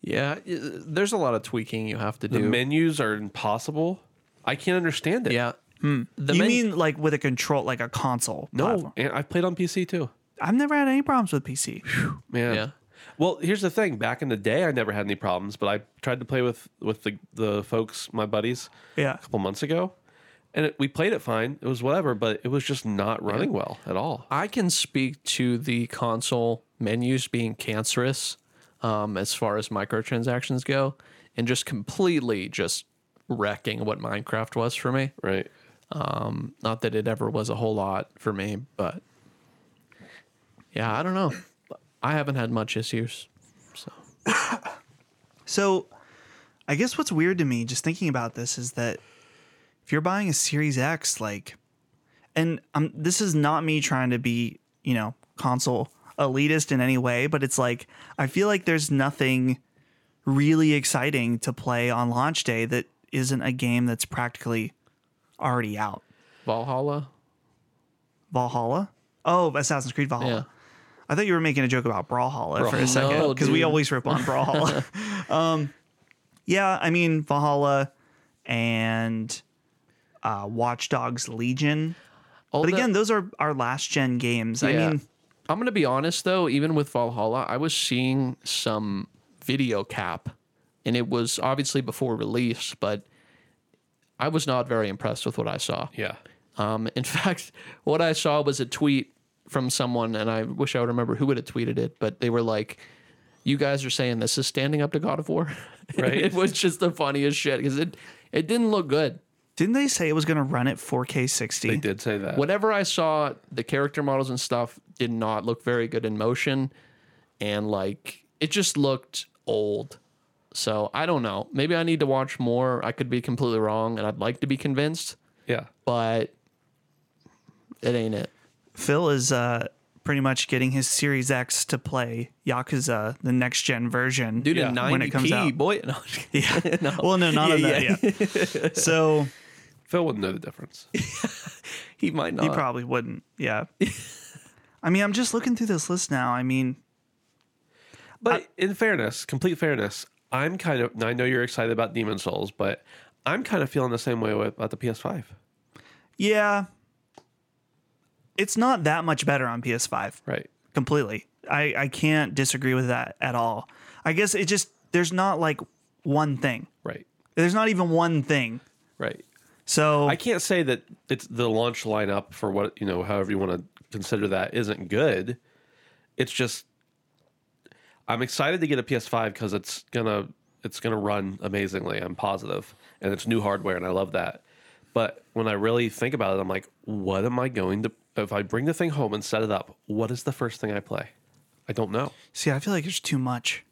Yeah, i- there's a lot of tweaking you have to The do. menus are impossible. I can't understand it. yeah, Mm. the you men- mean like with a control like a console No, platform? Oh, and I've played on PC too. i've never had any problems with pc Man. Yeah. Well, here's the thing. Back in the day, I never had any problems, but I tried to play with with the the folks, my buddies, yeah couple months ago, and it, we played it fine. It was whatever, but it was just not running well at all. I can speak to the console menus being cancerous um, as far as microtransactions go and just completely just wrecking what Minecraft was for me. Right. Um, not that it ever was a whole lot for me, but yeah, I don't know. I haven't had much issues. So So, I guess what's weird to me, just thinking about this, is that if you're buying a Series X, like, and um, this is not me trying to be, you know, console elitist in any way, but it's like I feel like there's nothing really exciting to play on launch day that isn't a game that's practically already out. Valhalla, Valhalla. Oh, Assassin's Creed Valhalla. yeah, I thought you were making a joke about Brawlhalla for Brawlhalla. a second No, because we dude. always rip on Brawlhalla. um, yeah, I mean Valhalla and uh, Watch Dogs Legion, All but that- again, those are our last gen games. I Yeah. mean, I'm gonna be honest though, even with Valhalla, I was seeing some video cap, and it was obviously before release, but I was not very impressed with what I saw. Yeah. Um, in fact, what I saw was a tweet from someone, and I wish I would remember who would have tweeted it, but they were like, "You guys are saying this is standing up to God of War," Right. it was just the funniest shit because it it didn't look good. didn't they say it was going to run at 4K They 60? did say that. Whatever I saw, the character models and stuff did not look very good in motion, and like it just looked old. So I don't know. Maybe I need to watch more. I could be completely wrong, and I'd like to be convinced, Yeah. but it ain't it. Phil is uh, pretty much getting his Series X to play Yakuza, the next gen version, dude Yeah, in when it 90p comes out. boy no, I'm just kidding. Well, no, not on that. Yeah. so Phil wouldn't know the difference. he might not He probably wouldn't. Yeah. I mean, I'm just looking through this list now. I mean, But in fairness, complete fairness, I'm kind of. and I know you're excited about Demon Souls, but I'm kind of feeling the same way with, about the PS5. yeah. It's not that much better on PS5 Right. completely. I, I can't disagree with that at all. I guess it just, there's not like one thing. Right. There's not even one thing. Right. So I can't say that it's the launch lineup for what you know, however you want to consider that isn't good. It's just I'm excited to get a PS5 because it's gonna it's gonna run amazingly. I'm positive, and it's new hardware, and I love that. But when I really think about it, I'm like, what am I going to? If I bring the thing home and set it up, what is the first thing I play? I don't know. see, I feel like there's too much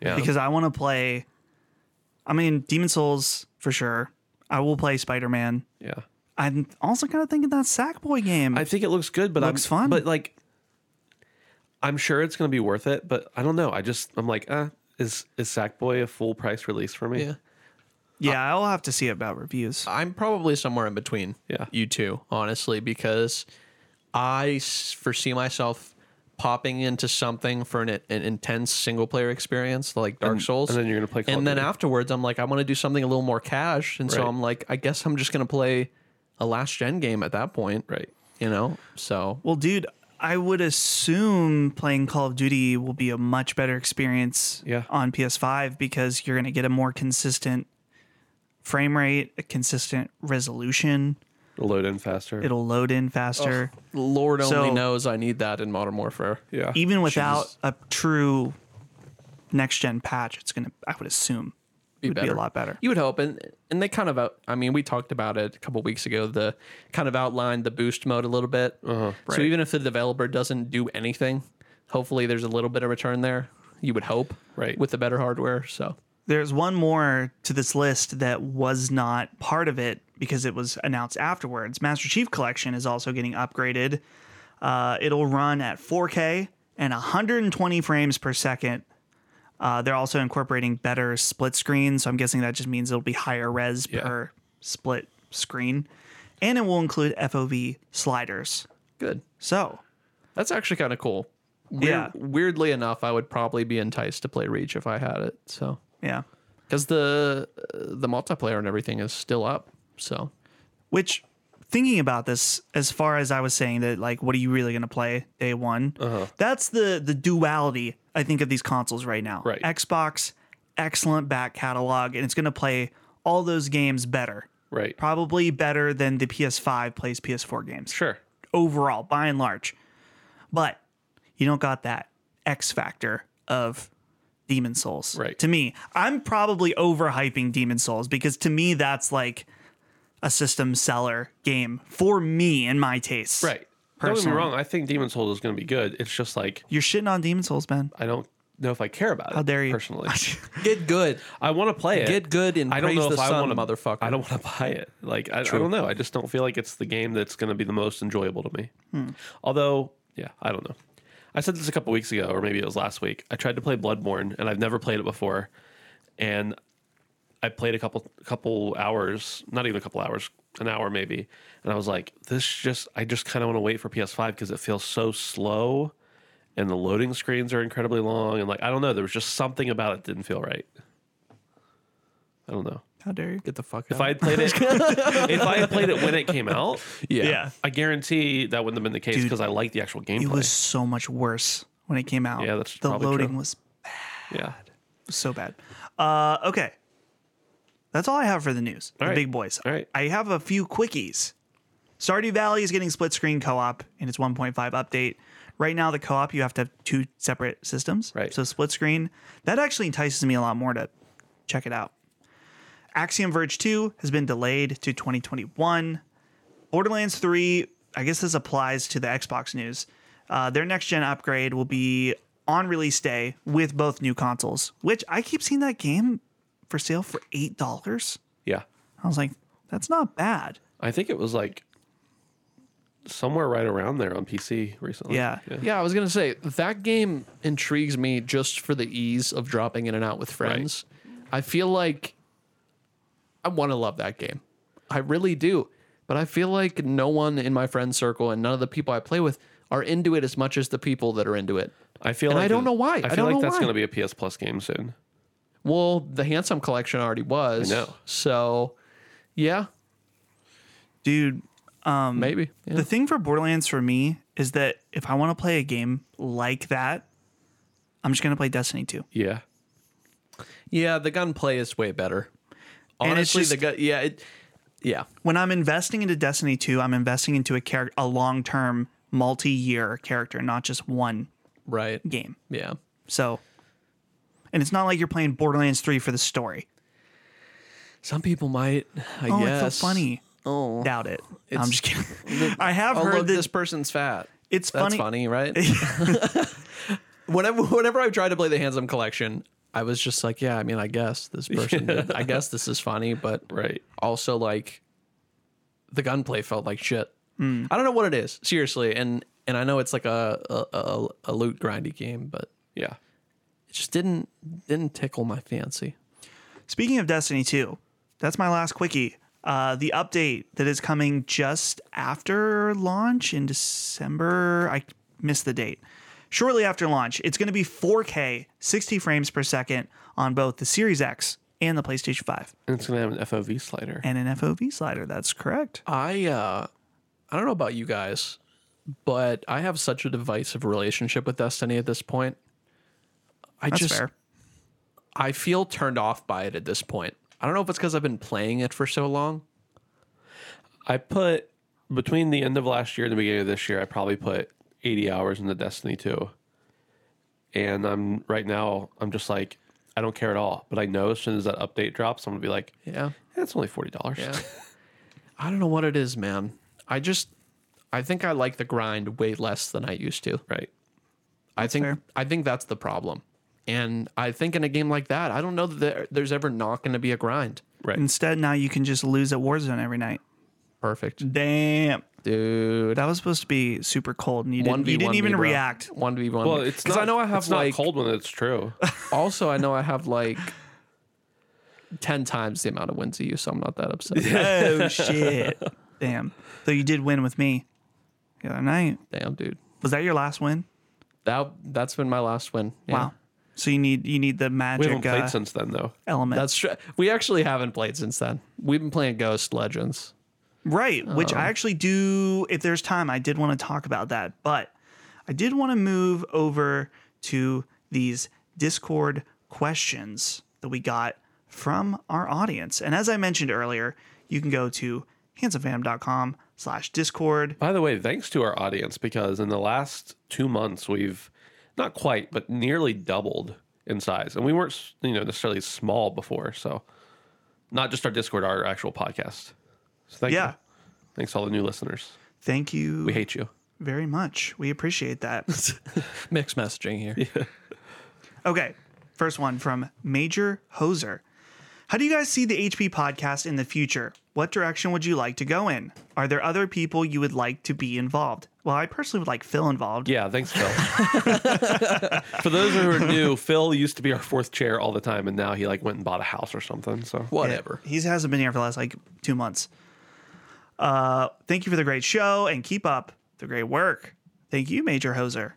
Yeah, because I want to play. I mean, Demon Souls for sure. I will play Spider Man. yeah. I'm also kind of thinking that Sackboy game. I think it looks good, but Looks I'm, fun. But like, I'm sure it's gonna be worth it. But I don't know. I just I'm like, uh, is is Sackboy a full price release for me? yeah yeah, I'll have to see about reviews. i'm probably somewhere in between Yeah. you two honestly because i s- foresee myself popping into something for an, an intense single player experience like dark souls and then you're gonna play Call and of then Duty. afterwards i'm like i want to do something a little more cash and so Right. i'm like i guess i'm just gonna play a last gen game at that point Right. you know so Well, dude, I would assume playing Call of Duty will be a much better experience Yeah. on PS5 because you're going to get a more consistent frame rate, a consistent resolution. Load in faster. It'll load in faster, lord only So- knows i need that in modern warfare yeah. even without a true next gen patch. It's going to, I would assume, it would be a better. lot better. You would hope, and and they kind of out. I mean, we talked about it a couple weeks ago. The kind of outlined the boost mode a little bit. Uh-huh. So even if the developer doesn't do anything, hopefully there's a little bit of return there. You would hope, Right. with the better hardware. So There's one more to this list that was not part of it because it was announced afterwards. Master Chief Collection is also getting upgraded. Uh, it'll run at 4K and 120 frames per second. Uh, they're also incorporating better split screen, so I'm guessing that just means it'll be higher res Yeah. per split screen. And it will include FOV sliders. good. So, That's actually kind of cool. Weir- Yeah. Weirdly enough, I would probably be enticed to play Reach if I had it. So yeah. because the uh, the multiplayer and everything is still up. So Which, thinking about this, as far as I was saying that, like, what are you really going to play day one? That's the the duality I think of these consoles right now. Right. Xbox, excellent back catalog, and it's going to play all those games better, right. probably better than the PS5 plays PS4 games Sure. overall, by and large. But you don't got that X factor of Demon Souls. Right. To me, I'm probably overhyping Demon Souls because to me that's like a system seller game for me and my tastes. Right. Don't get Personally. me wrong. I think Demon Souls is going to be good. It's just like You're shitting on Demon Souls, Ben. I don't know if I care about it. How dare you? Personally, Get good. I want to play it. Get good and I don't praise know the if I sun, wanna, motherfucker. I don't want to buy it. Like I, I don't know. I just don't feel like it's the game that's going to be the most enjoyable to me. Hmm. Although, yeah, I don't know. I said this a couple weeks ago, or maybe it was last week. I tried to play Bloodborne, and I've never played it before. And I played a couple couple hours, not even a couple hours, an hour maybe, and I was like, this just I just kind of want to wait for PS5 because it feels so slow, and the loading screens are incredibly long, and like I don't know, there was just something about it that didn't feel right. I don't know. How dare you? Get the fuck If I had played it, if I had played it when it came out, yeah. I guarantee that wouldn't have been the case Dude, because I like the actual gameplay. It was so much worse when it came out. Yeah, that's the probably loading true. was yeah. so bad. Uh, okay, that's all I have for the news. the right. big boys. All right. I have a few quickies. Stardew Valley is getting split screen co op in its 1.5 update. Right now, the co op you have to have two separate systems. Right. So split screen that actually entices me a lot more to check it out. Axiom Verge 2 has been delayed to 2021. Borderlands 3, I guess this applies to the Xbox news. Uh, their next gen upgrade will be on release day with both new consoles, which I keep seeing that game for sale for $8. Yeah. I was like, that's not bad. I think it was like somewhere right around there on PC recently. Yeah. Yeah, I was gonna say that game intrigues me just for the ease of dropping in and out with friends. I feel like I want to love that game. I really do, but I feel like no one in my friend circle and none of the people I play with are into it as much as the people that are into it. I feel And like I don't know why. I I feel don't like know that's why. going to be a PS Plus game soon. Well, the handsome collection already was. I know. So, yeah, Dude, maybe. Yeah. the thing for Borderlands for me is that if I want to play a game like that, I'm just going to play Destiny 2. Yeah. Yeah, the gunplay is way better. And it's Honestly, the just- gun. Yeah, it, yeah. When I'm investing into Destiny 2, I'm investing into a character, a long term, multi year character, not just one Right. game. Yeah. So, and it's not like you're playing Borderlands 3 for the story. Some people might. I Oh, guess. it's so funny. Oh, Doubt it. It's- I'm just kidding. I have oh heard look, that this person's fat. it's That's funny. funny, right? whenever, whenever I tried to play the handsome collection, I was just like, yeah. I mean, I guess this person. did. I guess this is funny, but Right. also like the gunplay felt like shit. Hmm. I don't know what it is, seriously, and and I know it's like a a, a, a loot grindy game, but Yeah. it just didn't didn't tickle my fancy. Speaking of Destiny 2, that's my last quickie. Uh, the update that is coming just after launch in December, I missed the date. Shortly after launch, it's going to be 4K, 60 frames per second on both the Series X and the PlayStation 5, And it's going to have an FOV slider. and an FOV slider. That's correct. I uh I don't know about you guys, but I have such a divisive relationship with Destiny at this point. I That's just fair. I feel turned off by it at this point. I don't know if it's because I've been playing it for so long. I put between the end of last year and the beginning of this year, I probably put 80 hours into Destiny 2. And I'm right now, I'm just like, I don't care at all. But I know as soon as that update drops, I'm going to be like, Yeah. that's only $40. Yeah. I don't know what it is, man. I just I think I like the grind way less than I used to. right. I think fair. I think that's the problem. And I think in a game like that, I don't know that there, there's ever not going to be a grind. Instead, now you can just lose at Warzone every night. Mm. Perfect. Damn. Dude. That was supposed to be super cold, and you didn't, 1v1 you didn't me, even bro. react. 1v1. Well, it's because I know I have it's like not cold when it's true. Also, I know I have like 10 times the amount of wins of you, so I'm not that upset. Oh, shit. Damn. Though you did win with me the other night. Damn, dude. Was that your last win? That that's been my last win. Yeah. Wow. So you need you need the we haven't magic played uh, since then, though. element, That's true. We actually haven't played since then. We've been playing Ghost Legends. right? Oh. Which I actually do. If there's time, I did want to talk about that, but I did want to move over to these Discord questions that we got from our audience. And as I mentioned earlier, you can go to handsomefam.com slash discord By the way, thanks to our audience because in the last two months, we've not quite, but nearly doubled in size, and we weren't s- you know necessarily small before. So, not just our Discord, our actual podcast. So thank Yeah. you. Thanks to all the new listeners. Thank you We hate you. very much. We appreciate that. Mixed messaging here. okay. First one from Major Hoser. How do you guys see the HP podcast in the future? What direction would you like to go in? Are there other people you would like to be involved? Well, I personally would like Phil involved. Yeah, thanks, Phil. For those who are new, Phil used to be our fourth chair all the time, and now he like went and bought a house or something. So Whatever. He hasn't been here for the last like two months. Uh, thank you for the great show and keep up the great work. Thank you, Major Hoser.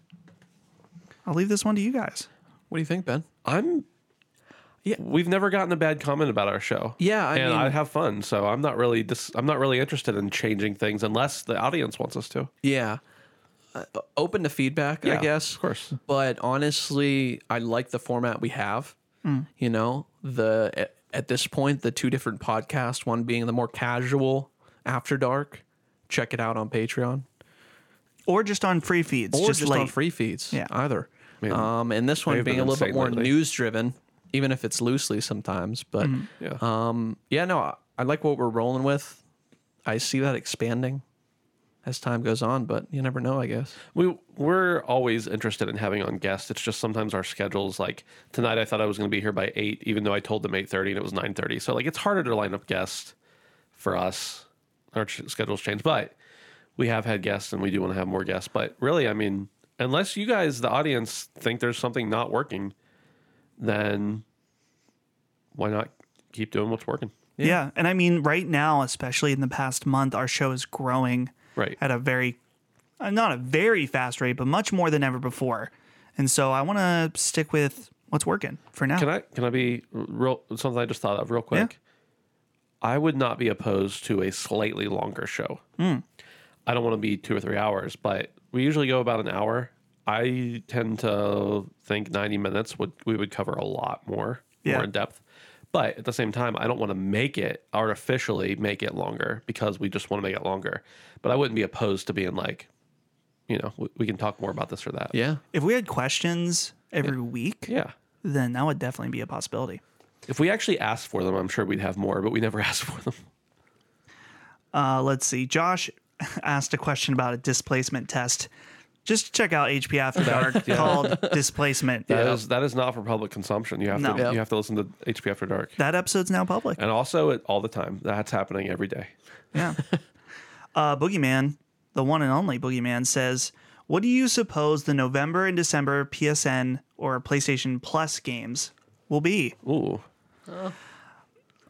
I'll leave this one to you guys. What do you think, Ben? I'm. Yeah, we've never gotten a bad comment about our show. Yeah, I and mean- I have fun, so I'm not really dis- I'm not really interested in changing things unless the audience wants us to. Yeah. Uh, open to feedback, I Yeah, guess. of course. But honestly, I like the format we have. Mm. You know, the at, at this point, the two different podcasts, one being the more casual After Dark. Check it out on Patreon. Or just on free feeds. or just, late. on free feeds. Yeah. either. um, and this one they've being a been little bit insane more lately. news driven, even if it's loosely sometimes. But Yeah, um, yeah, no, I, I like what we're rolling with. I see that expanding as time goes on, but you never know. I guess. we we're always interested in having on guests. It's just sometimes our schedules. Like tonight, I thought I was going to be here by eight, even though I told them eight thirty, and it was nine thirty. So like, it's harder to line up guests for us. Our ch- schedules change, but we have had guests, and we do want to have more guests. But really, I mean, unless you guys, the audience, think there's something not working, then why not keep doing what's working? Yeah. And I mean, right now, especially in the past month, our show is growing Right. at a very, uh, not a very fast rate, but much more than ever before. And so I want to stick with what's working for now. Can I can I be real? Something I just thought of real quick. I would not be opposed to a slightly longer show. I don't want to be two or three hours, but we usually go about an hour. I tend to think ninety minutes would we would cover a lot more, Yeah. more in depth. But at the same time, I don't want to make it artificially make it longer because we just want to make it longer. But I wouldn't be opposed to being like, you know, we, we can talk more about this or that. Yeah. if we had questions every week, yeah. then that would definitely be a possibility. If we actually asked for them, I'm sure we'd have more, but we never asked for them. Uh, let's see. Josh asked a question about a displacement test. Just check out HP After Dark called Displacement. That is that is not for public consumption. You have No. to Yeah. you have to listen to HP After Dark, That episode's now public. and also it, all the time. That's happening every day. Yeah. uh, Boogeyman, the one and only Boogeyman, says, What do you suppose the November and December PSN or PlayStation Plus games will be? Ooh,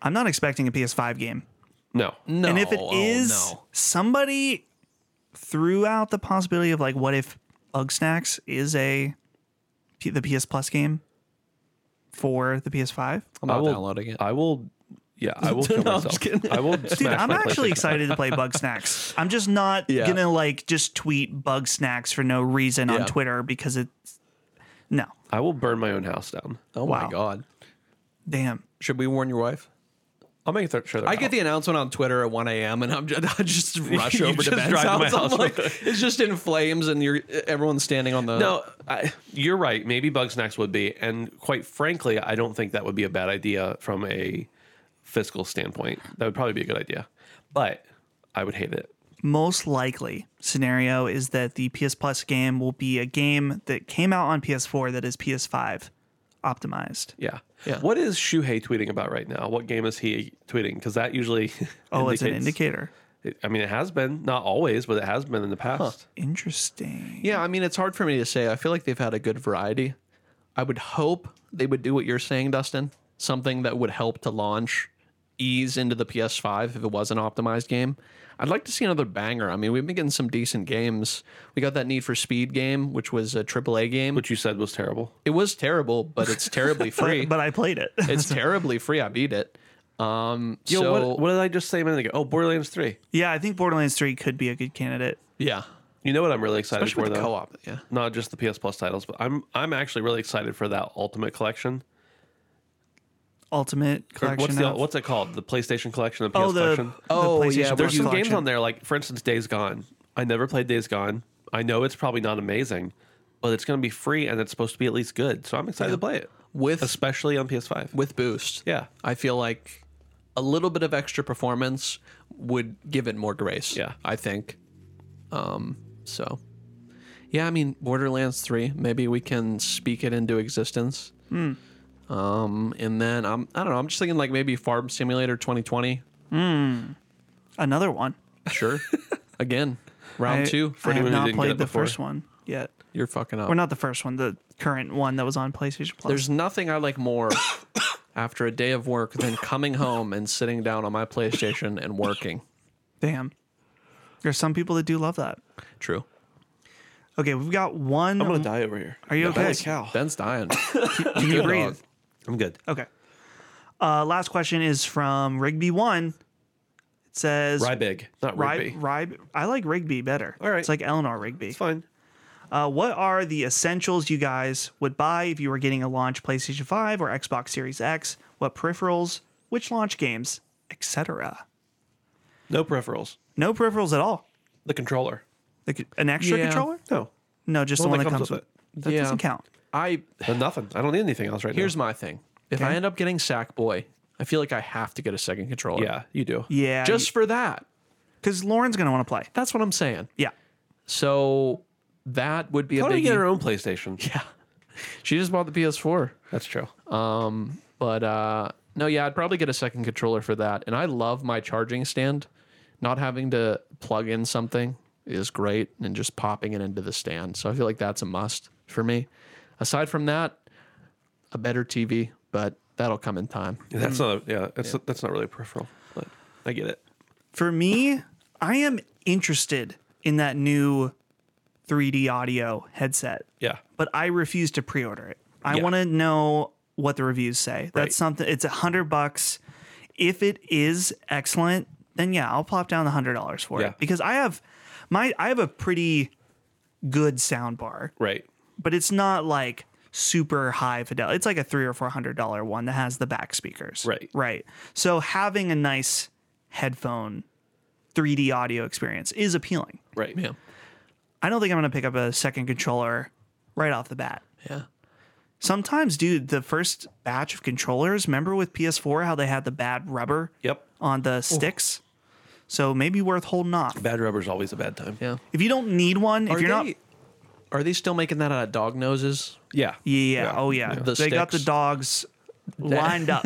I'm not expecting a PS5 game. no, No. and if it oh, is, no. somebody threw out the possibility of like, what if Bugsnax is a P- the PS Plus game for the PS5? I'm not I will- downloading it. I will. Yeah, I will kill No, I'm myself. just kidding. I will. Dude, smash I'm my actually PlayStation. excited to play Bugsnax. I'm just not Yeah. gonna like just tweet Bugsnax for no reason on Yeah. Twitter because it's no, I will burn my own house down. oh wow. my god. damn. Should we warn your wife? I'll make th- sure. they're I get out. the announcement on Twitter at 1 a.m. and I'm just, I just rush You over to just Ben's drive to my house. I'm house. like, it's just in flames and you're everyone's standing on the. No, I, you're right. Maybe Bugsnax would be, and quite frankly, I don't think that would be a bad idea from a fiscal standpoint. That would probably be a good idea, but I would hate it. Most likely scenario is that the PS Plus game will be a game that came out on PS4 that is PS5 optimized. Yeah. Yeah. What is Shuhei tweeting about right now? What game is he tweeting? Because that usually. Oh, it's an indicates- indicator. I mean, it has been not always, but it has been in the past. Interesting. Yeah, I mean, it's hard for me to say. I feel like they've had a good variety. I would hope they would do what you're saying, Dustin. Something that would help to launch ease into the PS5 if it was an optimized game. I'd like to see another banger. I mean, we've been getting some decent games. We got that Need for Speed game, which was a AAA game. Which you said was terrible. It was terrible, but it's terribly free. But I played it. it's terribly free. I beat it. Um, Yo, so what, what did I just say a minute ago? Oh, Borderlands Three. yeah, I think Borderlands 3 could be a good candidate. yeah, You know what I'm really excited especially for with the though. co-op. Yeah, Not just the PS Plus titles, but I'm I'm actually really excited for that Ultimate Collection. Ultimate Or collection. What's the of- what's it called? The PlayStation Collection, the PS oh, the, Collection. the Oh, PlayStation yeah, Plus There's some games collection. on there, like for instance, Days Gone. I never played Days Gone. I know it's probably not amazing, but it's going to be free and it's supposed to be at least good. So I'm excited to play it. with especially on PS5. with boost. Yeah. I feel like a little bit of extra performance would give it more grace. Yeah. I think. Um, so, yeah, I mean, Borderlands 3, maybe we can speak it into existence. Hmm. Um, and then I'm, I don't know, I'm just thinking like maybe Farm Simulator 2020. Another one. Sure. Again, round I, two. I anyone have who not didn't get played it the before. first one yet. You're fucking up. Or not the first one, the current one that was on PlayStation Plus. There's nothing I like more after a day of work than coming home and sitting down on my PlayStation and working. Damn. There's some people that do love that. True. Okay, we've got one. I'm gonna die over here. Are you okay? Holy cow! Ben's dying. Can you Good breathe? dog. I'm good. Okay. Uh, last question is from Rigby One. It says Rybig, not Rigby. Rib, Rib, I like Rigby better. All right. It's like Eleanor Rigby. It's fine. Uh, what are the essentials you guys would buy if you were getting a launch PlayStation 5 or Xbox Series X? What peripherals? Which launch games? Etc. No peripherals. No peripherals at all. The controller. Like an extra Yeah. controller? No. No, just the One one that that comes comes, with with. That Yeah. doesn't count. I No, nothing. I don't need anything else right here's my thing. If I Okay. end up getting Sackboy, I feel like I have to get a second now. controller. Yeah, you do. Yeah. Just for that. because Lauren's gonna want to play. That's what I'm saying. Yeah. So that would be How a do we big get our own PlayStation? Yeah. She just bought the PS4. That's true. Um, but uh, no, yeah, I'd probably get a second controller for that. And I love my charging stand. Not having to plug in something is great and just popping it into the stand. So I feel like that's a must for me. Aside from that, a better TV, but that'll come in time. That's not. Yeah, that's that's not really peripheral. But I get it. For me, I am interested in that new 3D audio headset, Yeah. but I refuse to pre-order it. I Yeah. want to know what the reviews say. That's Right. something. It's a hundred bucks. If it is excellent, then yeah, I'll plop down the hundred dollars for Yeah. it because I have my I have a pretty good sound bar. Right. but it's not like super high fidelity. It's like a three or four hundred dollar one that has the back speakers. Right. Right. So having a nice headphone 3D audio experience is appealing. Right. Yeah. I don't think I'm gonna pick up a second controller right off the bat. Yeah. Sometimes, dude, the first batch of controllers, remember with PS4 how they had the bad rubber Yep. on the sticks? So maybe worth holding off. Bad rubber's always a bad time. Yeah. If you don't need one, if Are you're they, not are they still making that out of dog noses? Yeah. yeah, oh yeah. The they got the sticks. dogs lined up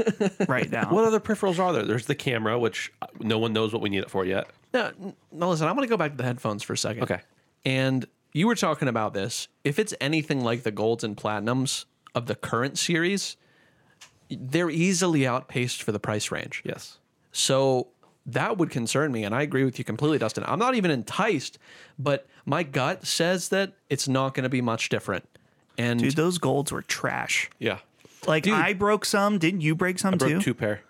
right now. What other peripherals are there? There's the camera, which uh, no one knows what we need it for yet. No, n- no, listen, I'm going to go back to the headphones for a second. Okay. And you were talking about this. If it's anything like the golds and platinums of the current series, they're easily outpaced for the price range. Yes. So that would concern me. And I agree with you completely, Dustin. I'm not even enticed, but my gut says that it's not going to be much different. And Dude, those golds were trash. Yeah. Like I broke some. Didn't you break some Broke too? two pair.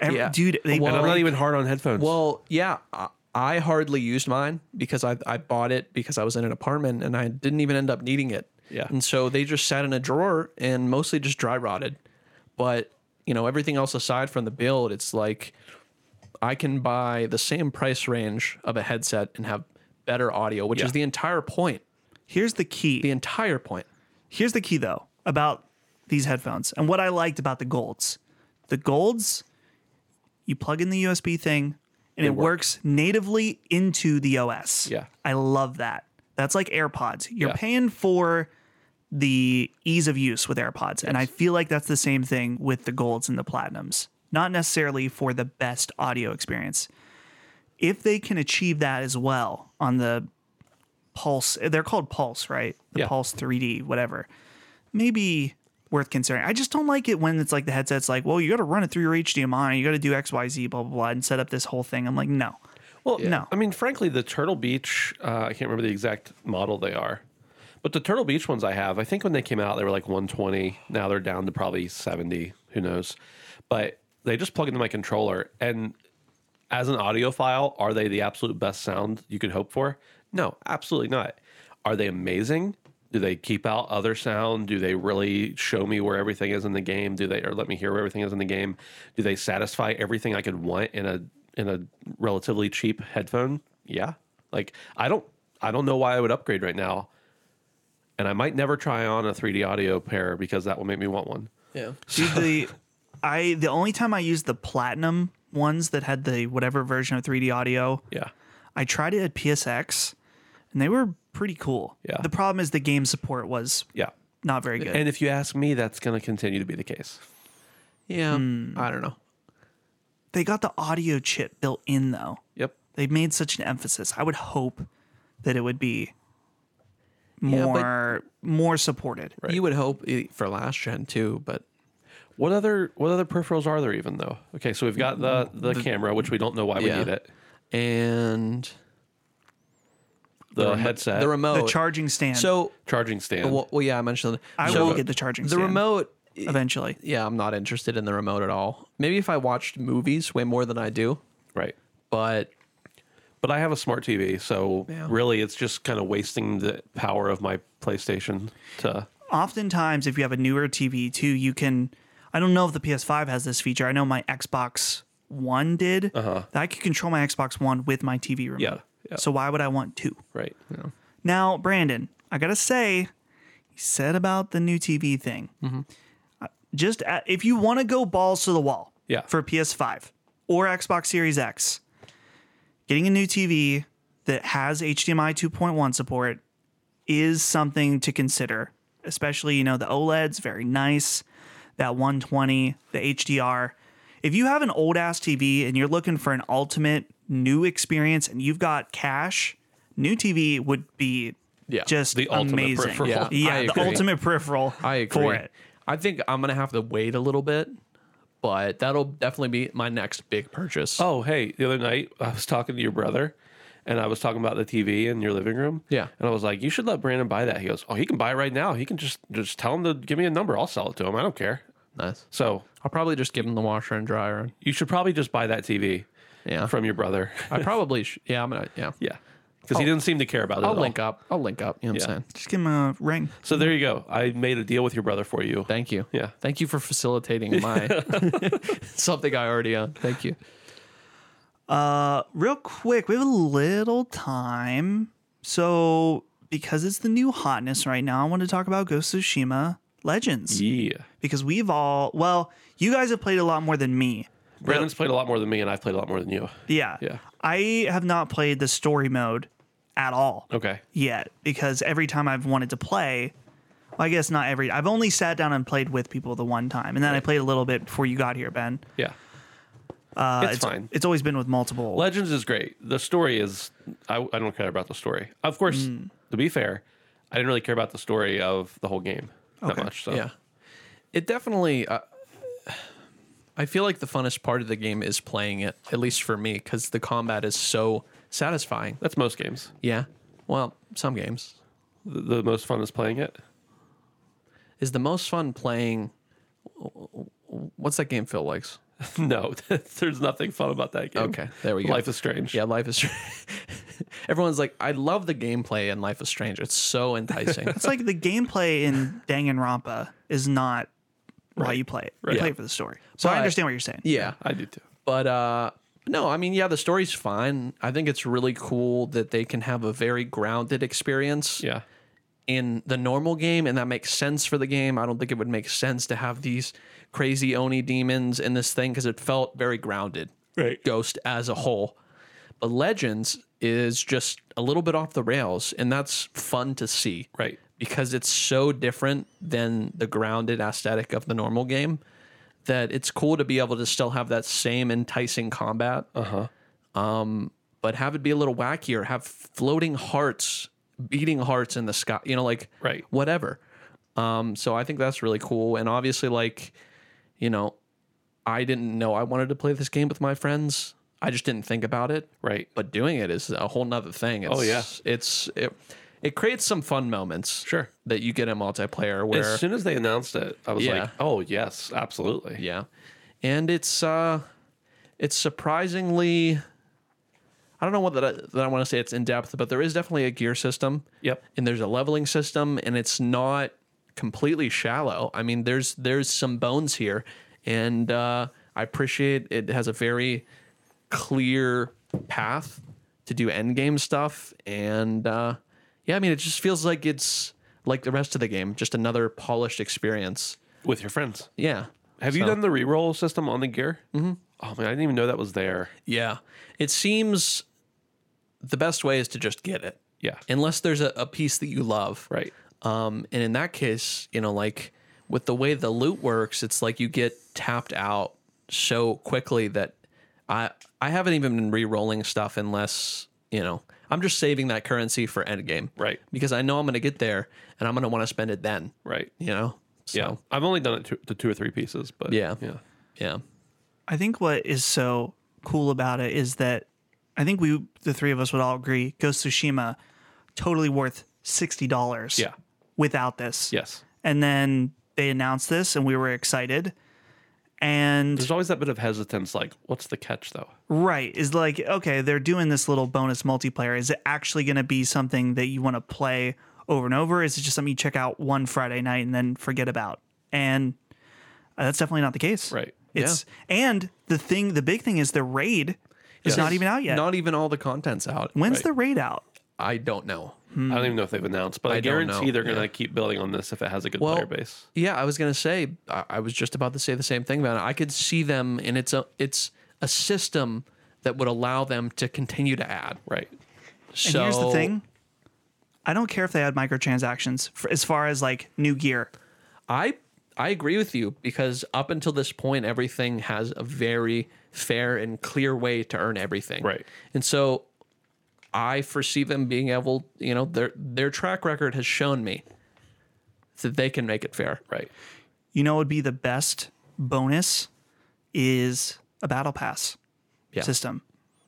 Every- Yeah. Dude, they Well- And I'm break- not even hard on headphones. Well, yeah, I, I hardly used mine because I, I bought it because I was in an apartment and I didn't even end up needing it. Yeah. And so they just sat in a drawer and mostly just dry rotted. But, you know, everything else aside from the build, it's like I can buy the same price range of a headset and have better audio, which Yeah. is the entire point. Here's the key. The entire point. Here's the key though about these headphones and what I liked about the golds. The golds, you plug in the USB thing and it work. works natively into the OS. Yeah. I love that. That's like AirPods. You're Yeah. paying for the ease of use with AirPods. And I feel like that's the same thing with the golds and the platinums. Not necessarily for the best audio experience. If they can achieve that as well on the Pulse, they're called Pulse, right? The Yeah. Pulse 3D, whatever. Maybe worth considering. I just don't like it when it's like the headset's like, well, you got to run it through your HDMI, you got to do X, Y, Z, blah, blah, blah, and set up this whole thing. I'm like, no. Well, No. I mean, frankly, the Turtle Beach, uh, I can't remember the exact model they are, but the Turtle Beach ones I have, I think when they came out, they were like 120. Now they're down to probably 70. Who knows? But they just plug into my controller. And as an audiophile, are they the absolute best sound you could hope for? No, absolutely not. Are they amazing? Do they keep out other sound? Do they really show me where everything is in the game? Do they or let me hear where everything is in the game? Do they satisfy everything I could want in a in a relatively cheap headphone? Yeah. Like I don't I don't know why I would upgrade right now and I might never try on a 3D audio pair because that will make me want one. Yeah. Dude, the I the only time I used the platinum ones that had the whatever version of 3D audio, Yeah. I tried it at PSX, and they were pretty cool. Yeah. The problem is the game support was Yeah. not very good. And if you ask me, that's going to continue to be the case. Yeah. Hmm. I don't know. they got the audio chip built in though. Yep. They made such an emphasis. I would hope that it would be Yeah, but- more more supported. Right. You would hope i- for last gen too, but What other what other peripherals are there even though? Okay, so we've got the the, camera, which we don't know why we Yeah. need it. and The, remo- headset, the the remote, The charging stand. So, charging stand. well, well, yeah, I mentioned. I so will get the charging the stand remote. eventually. Yeah, I'm not interested in the remote at all. Maybe if I watched movies way more than I do, right. but But I have a smart TV, so Yeah. really it's just kind of wasting the power of my PlayStation to Oftentimes, if you have a newer TV too, you can. I don't know if the PS5 has this feature. I know my Xbox One did. Uh-huh. That I could control my Xbox One with my TV remote. Yeah, yeah. So why would I want two? right. Now, Brandon, I gotta say, you said about the new TV thing. Uh, Just a if you want to go balls to the wall, Yeah. for PS5 or Xbox Series X, getting a new TV that has HDMI 2.1 support is something to consider. Especially, you know, the OLED's very nice. That 120, the HDR. If you have an old ass TV and you're looking for an ultimate new experience and you've got cash, new TV would be Yeah, just the ultimate amazing. peripheral. Yeah, I the agree. ultimate peripheral I agree. for it. I think I'm gonna have to wait a little bit, but that'll definitely be my next big purchase. Oh, hey, the other night I was talking to your brother and I was talking about the TV in your living room. Yeah. And I was like, you should let Brandon buy that. He goes, Oh, he can buy it right now. He can just just tell him to give me a number. I'll sell it to him. I don't care. nice. So I'll probably just give them the washer and dryer. And, you should probably just buy that TV yeah, from your brother. I probably sh- yeah. I'm gonna yeah. Oh. yeah. Because he didn't seem to care about it. I'll at all. link up. I'll link up. You know what Yeah. I'm saying? Just give him a ring. So there you go. I made a deal with your brother for you. Thank you. Yeah. Thank you for facilitating my something I already own. Thank you. real quick, we have a little time. So, because it's the new hotness right now, I want to talk about Ghost of Tsushima Legends. Yeah. Because we've all, well, you guys have played a lot more than me. Brandon's played a lot more than me, and I've played a lot more than you. Yeah. Yeah. I have not played the story mode at all Okay. yet because every time I've wanted to play, well, I guess not every, I've only sat down and played with people the one time. And then I played a little bit before you got here, Ben. Yeah. Uh, it's, fine. It's always been with multiple. Legends is great. The story is, I, I don't care about the story. Of course, to be fair, I didn't really care about the story of the whole game that much. So. Yeah. It definitely. Uh, I feel like the funnest part of the game is playing it, at least for me, because the combat is so satisfying. That's most games. Yeah. Well, some games. The, the most fun is playing it. is the most fun playing. What's that game Phil likes? no, there's nothing fun about that game. Okay, there we go. Life is strange. Yeah, Life is. Everyone's like, I love the gameplay in Life is Strange. It's so enticing. It's like the gameplay in Danganronpa is not why you play it. You play it for the story. So I But- understand what you're saying. yeah, I do too. but uh, no, I mean, yeah, the story's fine. I think it's really cool that they can have a very grounded experience Yeah. in the normal game, and that makes sense for the game. I don't think it would make sense to have these crazy oni demons in this thing because it felt very grounded. Right. Ghost as a whole. But Legends is just a little bit off the rails, and that's fun to see. Right. Because it's so different than the grounded aesthetic of the normal game that it's cool to be able to still have that same enticing combat. Uh huh. Um, but have it be a little wackier, have floating hearts, beating hearts in the sky, you know, like Right. whatever. Um, so I think that's really cool. And obviously, like, you know, I didn't know I wanted to play this game with my friends. I just didn't think about it. Right. But doing it is a whole nother thing. It's, Oh, yeah. It's, it, it creates some fun moments. Sure. That you get in multiplayer where, As soon as they announced it, I was Yeah. like, oh, yes, absolutely. yeah. And it's, uh, it's surprisingly, I don't know what that I, that I want to say it's in depth, but there is definitely a gear system. Yep. and there's a leveling system and it's not completely shallow i mean there's there's some bones here and uh, i appreciate it has a very clear path to do end game stuff and uh, yeah i mean it just feels like it's like the rest of the game, just another polished experience. with your friends. Yeah. Have you So- done the reroll system on the gear? Mm-hmm. Oh man, I didn't even know that was there. Yeah. It seems the best way is to just get it, Yeah, unless there's a, a piece that you love. right. Um, and in that case, you know, like with the way the loot works, it's like you get tapped out so quickly that I I haven't even been re-rolling stuff unless you know I'm just saving that currency for endgame, Right. Because I know I'm going to get there and I'm going to want to spend it then, Right. you know. So, Yeah, I've only done it to, to two or three pieces, but Yeah. yeah, yeah, I think what is so cool about it is that I think we, the three of us, would all agree Ghost of Tsushima totally worth sixty dollars. Yeah. Without this. yes. And then they announced this, and we were excited. And There's always that bit of hesitance, like, what's the catch though? Right. Is like, okay, they're doing this little bonus multiplayer. Is it actually going to be something that you want to play over and over? Is it just something you check out one Friday night and then forget about? And uh, that's definitely not the case. Right. It's and the thing, the big thing is the raid is not even out yet. Not even all the contents out. When's the raid out? I don't know. I don't even know if they've announced, but I, don't guarantee know. they're going to keep building on this if it has a good Well, player base. Yeah, I was gonna say. I, I was just about to say the same thing about it. I could see them, and it's a it's a system that would allow them to continue to add. Right. And So here's the thing. I don't care if they add microtransactions for, as far as like new gear. I I agree with you because up until this point, everything has a very fair and clear way to earn everything. Right. And so I foresee them being able, you know, their their track record has shown me that they can make it fair. Right. You know, what would be the best bonus is a battle pass Yeah. system.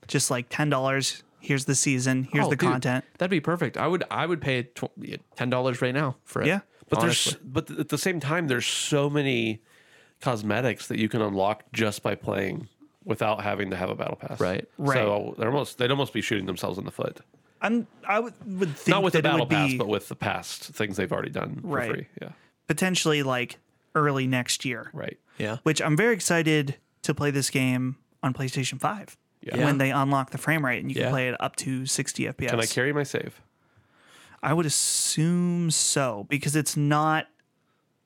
Just like ten dollars. Here's the season. Here's Oh, the dude, content. That'd be perfect. I would I would pay tw- ten dollars right now for it. Yeah. But honestly. there's but at the same time there's so many cosmetics that you can unlock just by playing without having to have a battle pass. Right. So they're almost they'd almost be shooting themselves in the foot. I'm. I would, would think Not with that the battle it would pass, be but with the past things they've already done Right. for free. Yeah. potentially like early next year, Right. yeah. which I'm very excited to play this game on PlayStation Five Yeah. when they unlock the frame rate and you Yeah. can play it up to 60 FPS. Can I carry my save? I would assume so because it's not.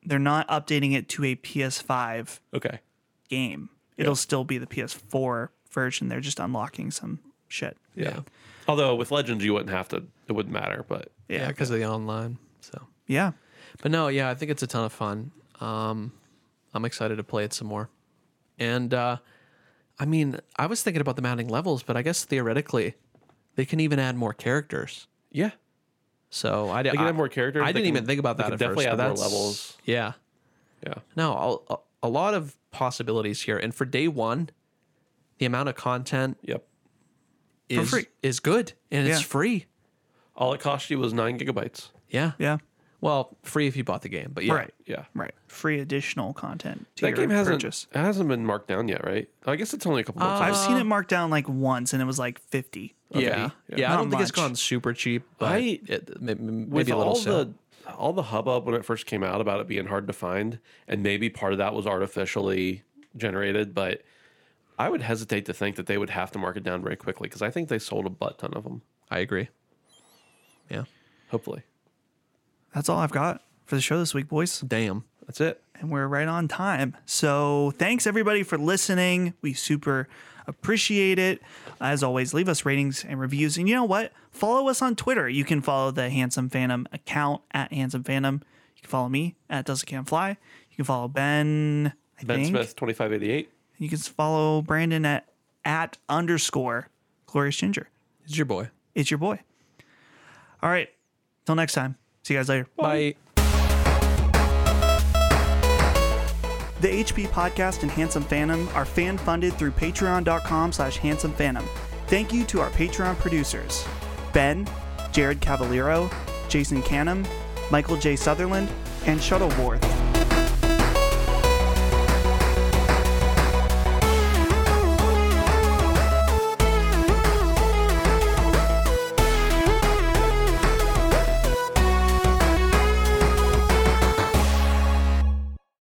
They're not updating it to a PS5 Okay. game. It'll still be the PS4 version. They're just unlocking some shit. Yeah. Although with Legends you wouldn't have to it wouldn't matter, but Yeah, because of the online. So, Yeah. but no, yeah, I think it's a ton of fun. Um, I'm excited to play it some more. And uh, I mean, I was thinking about them adding levels, but I guess theoretically, they can even add more characters. yeah. So I, They didn't. can have more characters. I They didn't can- even think about they can that. at definitely first, but add more that's- levels. Yeah. Yeah. No, I'll, a a lot of possibilities here, and for day one, the amount of content Yep. is free. is good and it's Yeah. free. All it cost you was nine gigabytes. Yeah. Yeah. Well, free if you bought the game, but yeah. Right. Yeah. Right. Free additional content. To That your game hasn't purchase. it hasn't been marked down yet, right? I guess it's only a couple months. I've old. seen it marked down like once, and it was like fifty. Yeah. Uh, Yeah. yeah, I Not don't think it's much. gone super cheap, but I- it, m- m- With maybe a little all sale. the all the hubbub when it first came out about it being hard to find, and maybe part of that was artificially generated, but I would hesitate to think that they would have to mark it down very quickly because I think they sold a butt ton of them. I agree. Yeah, Hopefully, That's all I've got for the show this week, boys. damn. that's it. And we're right on time. So thanks everybody for listening. We super appreciate it. As always, leave us ratings and reviews. And you know what? Follow us on Twitter. You can follow the Handsome Phantom account at Handsome Phantom. You can follow me at Doesn't Can Fly. You can follow Ben. I Ben think. Smith twenty five eighty eight. You can follow Brandon at at underscore glorious ginger. It's your boy. It's your boy. All right. Till next time. See you guys later. Bye. The HP Podcast and Handsome Phantom are fan funded through patreon.com slash handsome phantom. Thank you to our Patreon producers Ben, Jared Cavallero, Jason Canham, Michael J. Sutherland, and Shuttleworth.